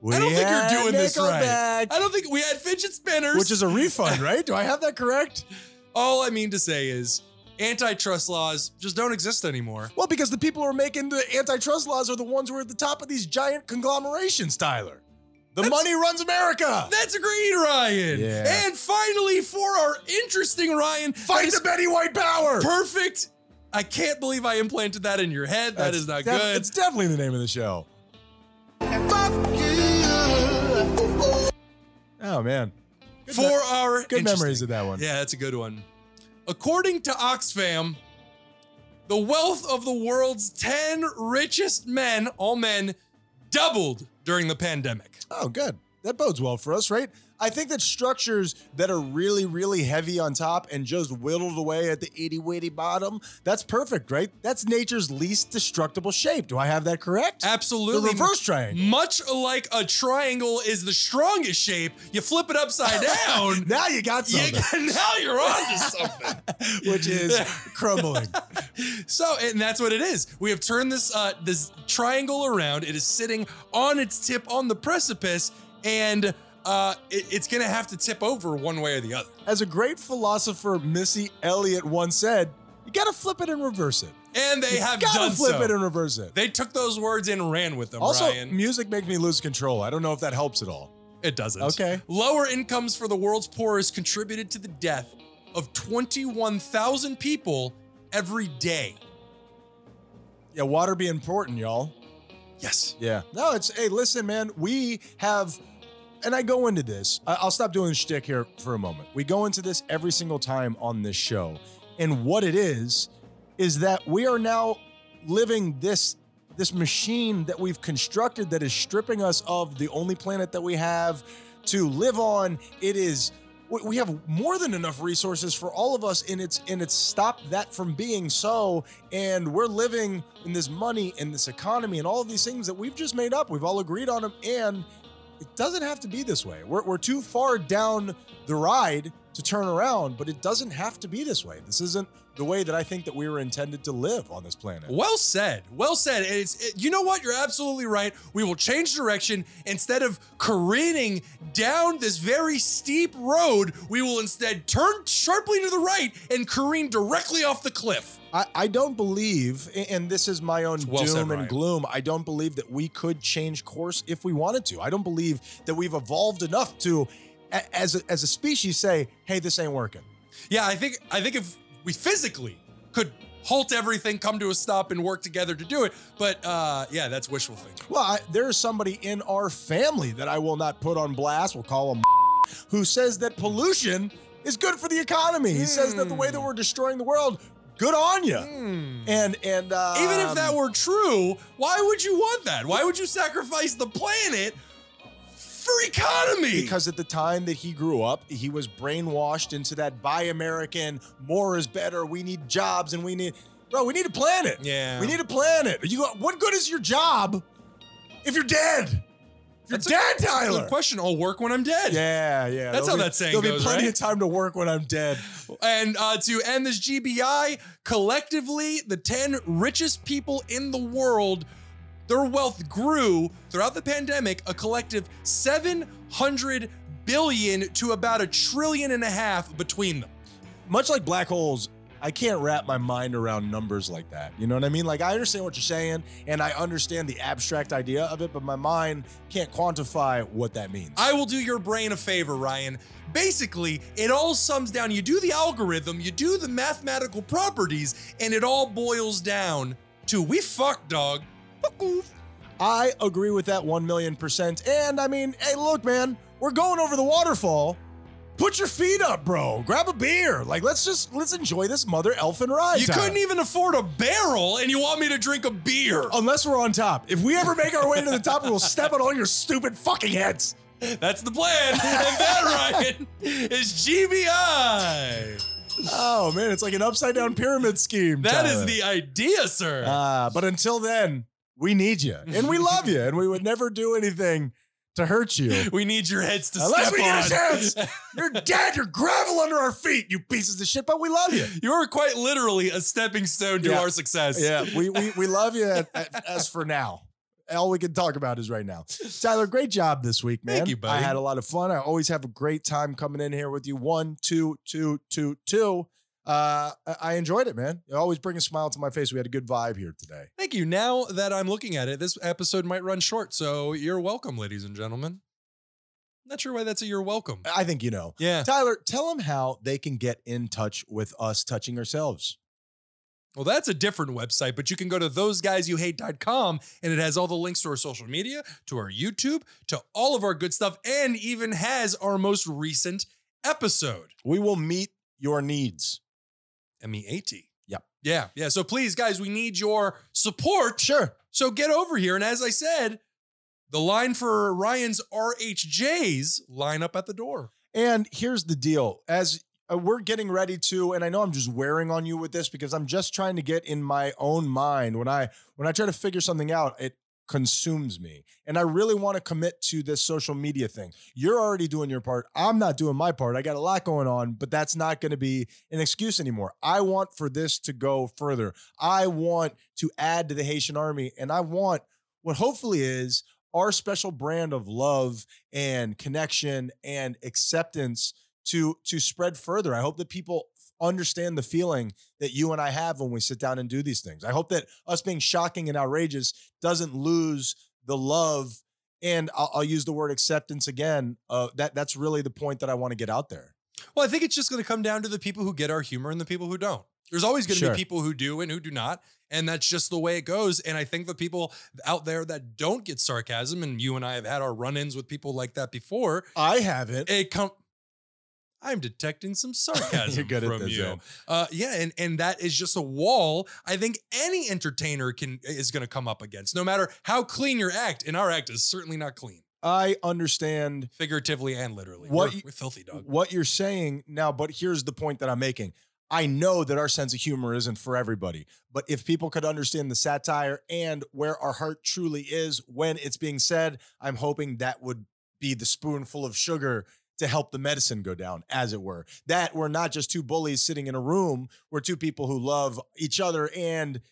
We I don't think had you're doing this right. Nickelback, I don't think we had fidget spinners. Which is a refund, right? Do I have that correct? All I mean to say is antitrust laws just don't exist anymore. Well, because the people who are making the antitrust laws are the ones who are at the top of these giant conglomerations, Tyler. The money runs America. That's agreed, Ryan. Yeah. And finally, for our interesting Ryan, that Fight is the Betty White power. perfect. I can't believe I implanted that in your head. That That's is not def- good. It's definitely the name of the show. Oh man, good for me- our good memories interesting- of that one. Yeah, that's a good one. According to Oxfam, the wealth of the world's 10 richest men, all men, doubled during the pandemic. Oh, good. That bodes well for us, right? I think that structures that are really, really heavy on top and just whittled away at the itty witty bottom, that's perfect, right? That's nature's least destructible shape. Do I have that correct? Absolutely. The reverse triangle. Much like a triangle is the strongest shape, you flip it upside down. Now you got you, something, now you're onto something. which is crumbling. So, and that's what it is. We have turned this uh, this triangle around. It is sitting on its tip on the precipice, and uh, it- it's going to have to tip over one way or the other. As a great philosopher, Missy Elliott once said, you gotta flip it and reverse it. And they You have gotta done flip so. it and reverse it. they took those words and ran with them, also, Ryan. music makes me lose control. I don't know if that helps at all. It doesn't. Okay. Lower incomes for the world's poorest contributed to the death of 21,000 people every day. Yeah, water be important, y'all. Yes. Yeah. No, it's hey, listen, man. We have, and I go into this. I- I'll stop doing the shtick here for a moment. We go into this every single time on this show, and what it is is that we are now living this this machine that we've constructed that is stripping us of the only planet that we have to live on. It is. we- We have more than enough resources for all of us, and it's and it's stopped that from being so and we're living in this money and this economy and all of these things that we've just made up. We've all agreed on them, and it doesn't have to be this way. We're, we're too far down the ride to turn around, but it doesn't have to be this way. This isn't the way that I think that we were intended to live on this planet. Well said. Well said. And It's it- you know what? You're absolutely right. We will change direction instead of careening down this very steep road. We will instead turn sharply to the right and careen directly off the cliff. I, I don't believe, a- and this is my own well doom said, and Ryan. gloom, I don't believe that we could change course if we wanted to. I don't believe that we've evolved enough to, a- as a, as a species, say, hey, this ain't working. Yeah, I think I think if we physically could halt everything, come to a stop, and work together to do it. But uh, yeah, that's wishful thinking. Well, I, there's somebody in our family that I will not put on blast. We'll call him who says that pollution is good for the economy. He says that the way that Hmm. we're destroying the world, good on you. And and uh, Even if that were true, why would you want that? Why would you sacrifice the planet for economy? because at the time that he grew up, he was brainwashed into that buy American, more is better. We need jobs and we need, bro, we need a planet. yeah, We need a planet. You go, what good is your job if you're dead? If you're That's a- dead, that's a good Tyler. question. I'll work when I'm dead. Yeah, yeah. That's There'll how be- that saying There'll goes, be plenty right? of time to work when I'm dead. And uh, to end this GBI, collectively, the 10 richest people in the world, their wealth grew throughout the pandemic a collective 700 billion to about a trillion and a half between them. Much like black holes, I can't wrap my mind around numbers like that. You know what I mean? Like I understand what you're saying, and I understand the abstract idea of it, but my mind can't quantify what that means. I will do your brain a favor, Ryan. Basically, it all sums down. You do the algorithm, you do the mathematical properties, and it all boils down to we fuck, dog. I agree with that one million percent. And I mean, hey, look, man, we're going over the waterfall. Put your feet up, bro. Grab a beer. Like, let's just let's enjoy this mother elfin ride. You Tyler. couldn't e- even afford a barrel, and you want me to drink a beer. unless we're on top. If we ever make our way to the top, we will step on all your stupid fucking heads. That's the plan. and that, Ryan, is GBI. Oh man, it's like an upside down pyramid scheme. That is Tyler. the idea, sir. Ah, but until then, we need you and we love you, and we would never do anything to hurt you. we need your heads to Unless step we Uh, get a on. chance. You're dead. You're gravel under our feet, you pieces of shit. But we love you. You are quite literally a stepping stone to Yeah. our success. Yeah, we we, we love you at- at- as for now. All we can talk about is right now. Tyler, great job this week, man. Thank you, buddy. I had a lot of fun. I always have a great time coming in here with you. One, two, two, two, two. Uh, I- I enjoyed it, man. You always bring a smile to my face. We had a good vibe here today. Thank you. Now that I'm looking at it, this episode might run short, so you're welcome, ladies and gentlemen. Not sure why that's a you're welcome. I think you know. Yeah. Tyler, tell them how they can get in touch with us touching ourselves. Well, that's a different website, but you can go to thoseguysyouhate.com and it has all the links to our social media, to our YouTube, to all of our good stuff, and even has our most recent episode. We will meet your needs. me 80 Yep. Yeah. Yeah. So please, guys, we need your support. Sure. So get over here. And as I said, the line for Ryan's RHJs line up at the door. And here's the deal as uh, we're getting ready to and I know I'm just wearing on you with this because I'm just trying to get in my own mind when I when I try to figure something out it consumes me. And I really want to commit to this social media thing. You're already doing your part. I'm not doing my part. I got a lot going on, but that's not going to be an excuse anymore. I want for this to go further. I want to add to the Haitian army and I want what hopefully is our special brand of love and connection and acceptance to to spread further. I hope that people understand the feeling that you and I have when we sit down and do these things. I hope that us being shocking and outrageous doesn't lose the love and I'll, I'll use the word acceptance again. Uh, that that's really the point that I want to get out there. Well, I think it's just going to come down to the people who get our humor and the people who don't. There's always going to Sure. be people who do and who do not. And that's just the way it goes. And I think the people out there that don't get sarcasm, and you and I have had our run ins with people like that before, I haven't. it come. I'm detecting some sarcasm You're good at from this, you. Ed. Uh, yeah, and and that is just a wall. I think any entertainer can is going to come up against, no matter how clean your act. And our act is certainly not clean, I understand figuratively and literally. What we're, you- we're filthy dog. what you're saying now, but here's the point that I'm making. I know that our sense of humor isn't for everybody, but if people could understand the satire and where our heart truly is when it's being said, I'm hoping that would be the spoonful of sugar to help the medicine go down, as it were. That we're not just two bullies sitting in a room, we're two people who love each other and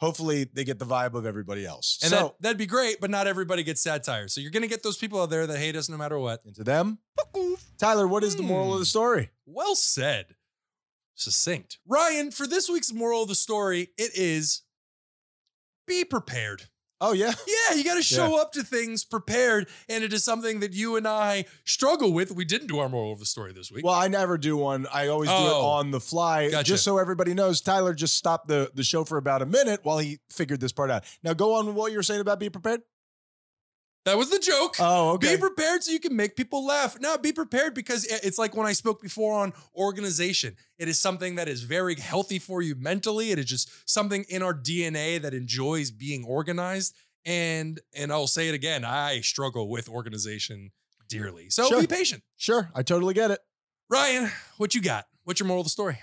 hopefully they get the vibe of everybody else. And so, that, that'd be great, but not everybody gets satire. So you're going to get those people out there that hate us no matter what. into them. Tyler, what is the moral of the Hmm. story? Well said. Succinct. Ryan, for this week's moral of the story, it is be prepared. Oh, yeah. Yeah, you got to show up to things prepared. And it is something that you and I struggle with. We didn't do our moral of the story this week. Well, I never do one. I always do it Oh. on the fly. Gotcha. Just so everybody knows, Tyler just stopped the, the show for about a minute while he figured this part out. Now go on with what you were saying about be prepared. that was the joke. Oh, okay. Be prepared so you can make people laugh. Now, be prepared because i- it's like when I spoke before on organization. It is something that is very healthy for you mentally. It is just something in our DNA that enjoys being organized. And and I'll say it again, I struggle with organization dearly. So Sure. be patient. sure, I totally get it. Ryan, what you got? What's your moral of the story?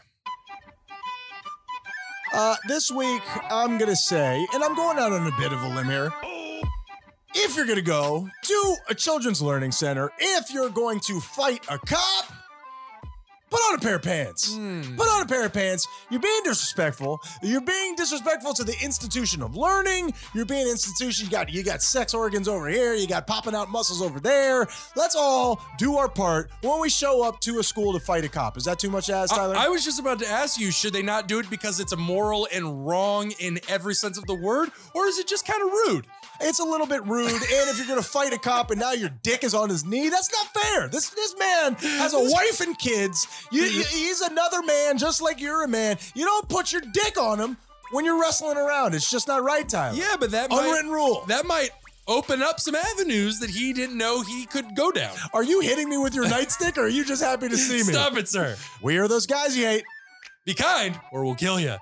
Uh, this week, I'm going to say, and I'm going out on a bit of a limb here. If you're going to go to a children's learning center, if you're going to fight a cop, put on a pair of pants. Hmm. Put on a pair of pants. You're being disrespectful. You're being disrespectful to the institution of learning. You're being institution. You got you got sex organs over here. You got popping out muscles over there. Let's all do our part when we show up to a school to fight a cop. Is that too much to ask, Tyler? I, I was just about to ask you, should they not do it because it's immoral and wrong in every sense of the word? Or is it just kind of rude? It's a little bit rude. And if you're gonna fight a cop and now your dick is on his knee, that's not fair. This this man has a wife and kids. You, you- he's another man, just like you're a man. You don't put your dick on him when you're wrestling around. It's just not right, Tyler. Yeah, but that might- Unwritten rule. that might open up some avenues that he didn't know he could go down. are you hitting me with your nightstick or are you just happy to see me? Stop it, sir. We are those guys you hate. Be kind, or we'll kill you.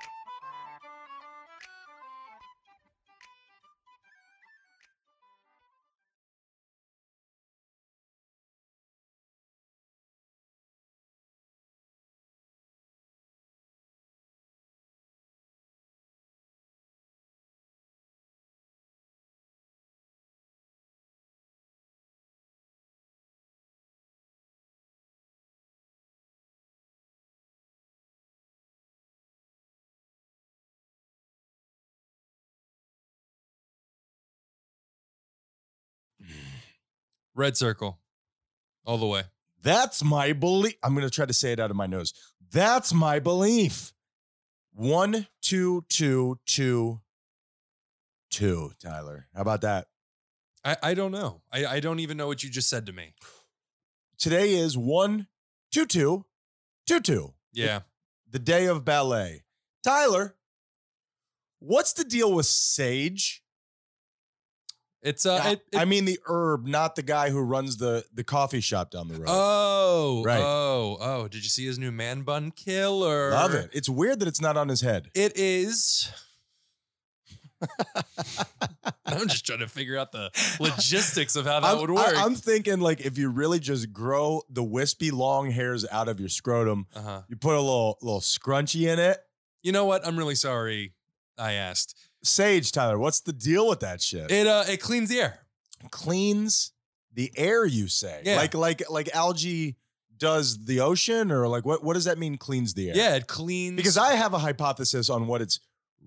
Red circle, all the way. That's my belief. I'm going to try to say it out of my nose. That's my belief. One, two, two, two, two, Tyler. How about that? I, I don't know. I, I don't even know what you just said to me. Today is one, two, two, two, two, Yeah. the day of ballet. Tyler, what's the deal with sage? It's uh I- it, it- I mean the herb, not the guy who runs the, the coffee shop down the road. Oh, Right. oh, oh. Did you see his new man bun killer? Love it. It's weird that it's not on his head. It is. I'm just trying to figure out the logistics of how that I'm, would work. I, am thinking like if you really just grow the wispy long hairs out of your scrotum, uh-huh. you put a little little scrunchie in it. You know what? I'm really sorry I asked. Sage, Tyler, what's the deal with that shit? It uh it cleans the air. cleans the air, you say. Yeah. Like like like algae does the ocean, or like what what does that mean cleans the air? Yeah, it cleans Because I have a hypothesis on what it's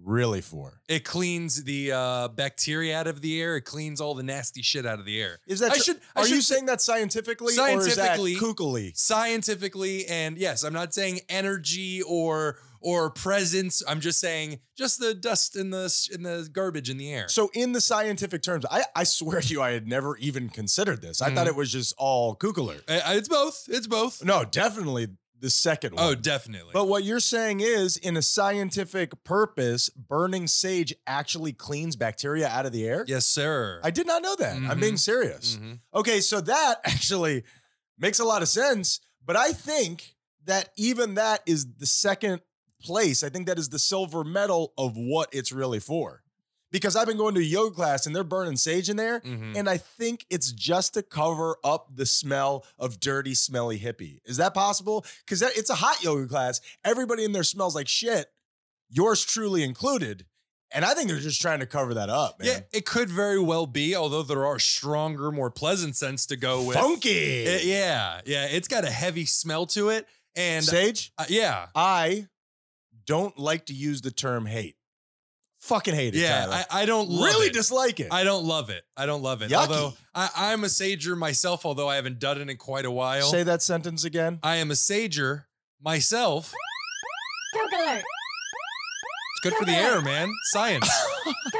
really for? It cleans the uh, bacteria out of the air. It cleans all the nasty shit out of the air. Is that I tr- should- I Are you should- saying that scientifically, Scientifically. or is that kookily? Scientifically, and yes, I'm not saying energy or or presence. I'm just saying just the dust in the s- in the garbage in the air. So, in the scientific terms, I, I swear to you, I had never even considered this. I thought Mhm. it was just all kookler. I- I- it's both. It's both. No, definitely the second one. Oh, definitely. But what you're saying is, in a scientific purpose, burning sage actually cleans bacteria out of the air? yes, sir. I did not know that. I'm being Mhm. serious. Mhm. Okay, so that actually makes a lot of sense. But I think that even that is the second place. I think that is the silver medal of what it's really for. Because I've been going to a yoga class and they're burning sage in there. Mhm. And I think it's just to cover up the smell of dirty, smelly hippie. Is that possible? Because it's a hot yoga class. Everybody in there smells like shit, yours truly included. And I think they're just trying to cover that up, Yeah, man. it could very well be, although there are stronger, more pleasant scents to go with. Funky. It- yeah, yeah, it's got a heavy smell to it, and Sage? uh, yeah, I don't like to use the term hate. Fucking hate it. yeah, Tyler. I, I don't love really it. dislike it. I don't love it. I don't love it. Yucky. Although I, I'm a sager myself, although I haven't done it in quite a while. Say that sentence again. I am a sager myself. Cookler. It's good for the air, man. Science.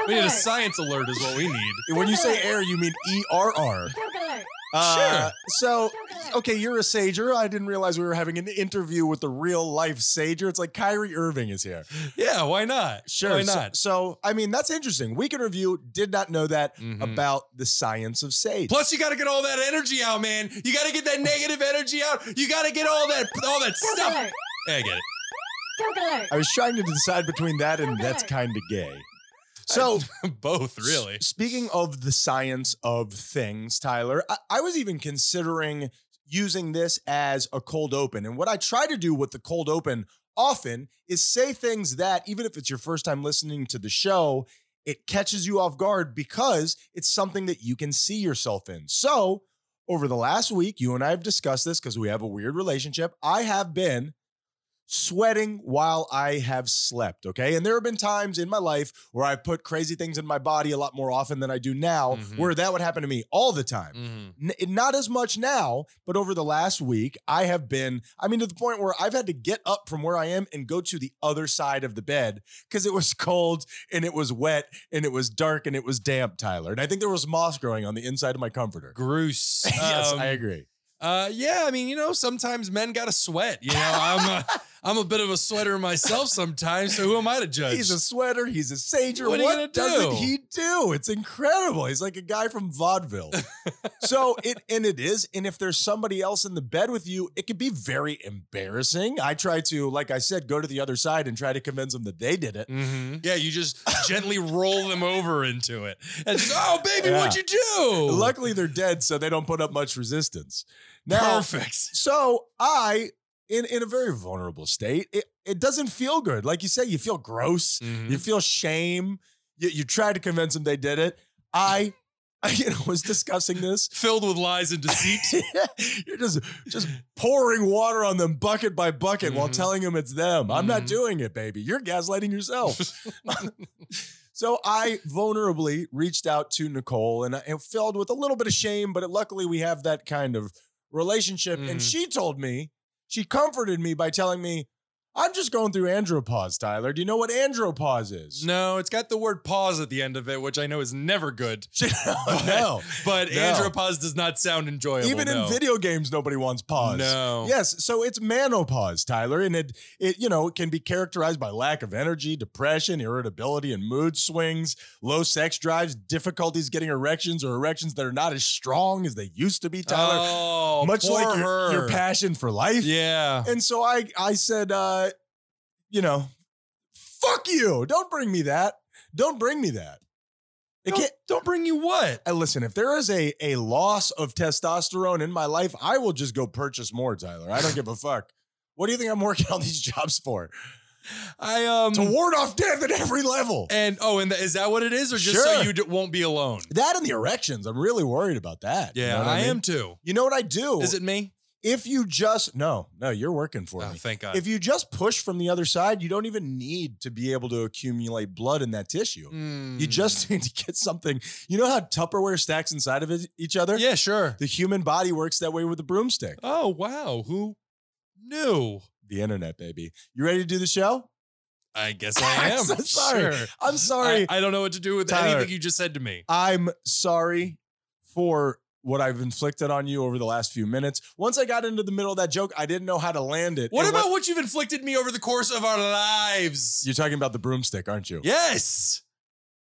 we need a science alert, is what we need. When you say air, you mean E R R. Cookler. Uh, Sure. So, okay, you're a sager. I didn't realize we were having an interview with a real life sager. It's like Kyrie Irving is here. Yeah, why not? Sure. Why so- not? So, I mean, that's interesting. Week in review did not know that Mhm. about the science of sage. Plus, you got to get all that energy out, man. You got to get that negative energy out. You got to get all that all that stuff. Cookler. Yeah, I get it. Cookler. I was trying to decide between that and that's kind of gay. So, Both, really. S- Speaking of the science of things, Tyler, I, I was even considering using this as a cold open. And what I try to do with the cold open often is say things that, even if it's your first time listening to the show, it catches you off guard because it's something that you can see yourself in. So, over the last week, you and I have discussed this because we have a weird relationship. I have been sweating while I have slept. Okay. And there have been times in my life where I put crazy things in my body a lot more often than I do now, Mhm. where that would happen to me all the time. Mhm. N- not as much now, but over the last week, I have been, I mean, to the point where I've had to get up from where I am and go to the other side of the bed because it was cold and it was wet and it was dark and it was damp, Tyler. And I think there was moss growing on the inside of my comforter. Groose. yes, Um, I agree. Uh, yeah, I mean, you know, sometimes men gotta sweat. You know, I'm a, I'm a bit of a sweater myself sometimes. So who am I to judge? He's a sweater. He's a sager. What What, are you gonna doesn't do? he do? It's incredible. He's like a guy from vaudeville. so it and it is. And if there's somebody else in the bed with you, it could be very embarrassing. I try to, like I said, go to the other side and try to convince them that they did it. Mhm. Yeah, you just gently roll them over into it. And just, oh, baby, what'd you do? Luckily, they're dead, so they don't put up much resistance. Now, Perfect. so I, in in a very vulnerable state, it, it doesn't feel good. Like you say, you feel gross. You Mhm. feel shame. You, you try to convince them they did it. I, I you know, was discussing this. Filled with lies and deceit. You're just just pouring water on them bucket by bucket while Mhm. telling them it's them. I'm not Mhm. doing it, baby. You're gaslighting yourself. so I vulnerably reached out to Nicole and I and filled with a little bit of shame, but luckily we have that kind of relationship. And Mhm. she told me, she comforted me by telling me, I'm just going through andropause, Tyler. Do you know what andropause is? No, it's got the word pause at the end of it, which I know is never good. Oh, no. But No. andropause does not sound enjoyable. Even no. in video games, nobody wants pause. No. Yes, so it's manopause, Tyler, and it it you know it can be characterized by lack of energy, depression, irritability, and mood swings, low sex drives, difficulties getting erections, or erections that are not as strong as they used to be, Tyler. Oh, much poor like your, her. your passion for life. Yeah. And so I I said, uh, you know, fuck you! Don't bring me that. Don't bring me that. It Don't, can't. don't bring you what? Uh, listen, if there is a a loss of testosterone in my life, I will just go purchase more, Tyler. I don't give a fuck. What do you think I'm working all these jobs for? I um To ward off death at every level. And oh, and th- is that what it is, or just so Sure. you d- won't be alone? That and the erections. I'm really worried about that. You Yeah, know what I, mean? am too. You know what I do? Is it me? If you just no, no, you're working for Oh, me. thank God. If you just push from the other side, you don't even need to be able to accumulate blood in that tissue. You Mm. just need to get something. You know how Tupperware stacks inside of it- each other? yeah, sure. The human body works that way with a broomstick. Oh wow, who knew? The internet, baby. You ready to do the show? I guess I am. I'm so sorry. Sure. I'm sorry. I, I don't know what to do with Tyler. anything you just said to me. I'm sorry for what I've inflicted on you over the last few minutes. Once I got into the middle of that joke, I didn't know how to land it. What It about went- what you've inflicted me over the course of our lives? You're talking about the broomstick, aren't you? Yes.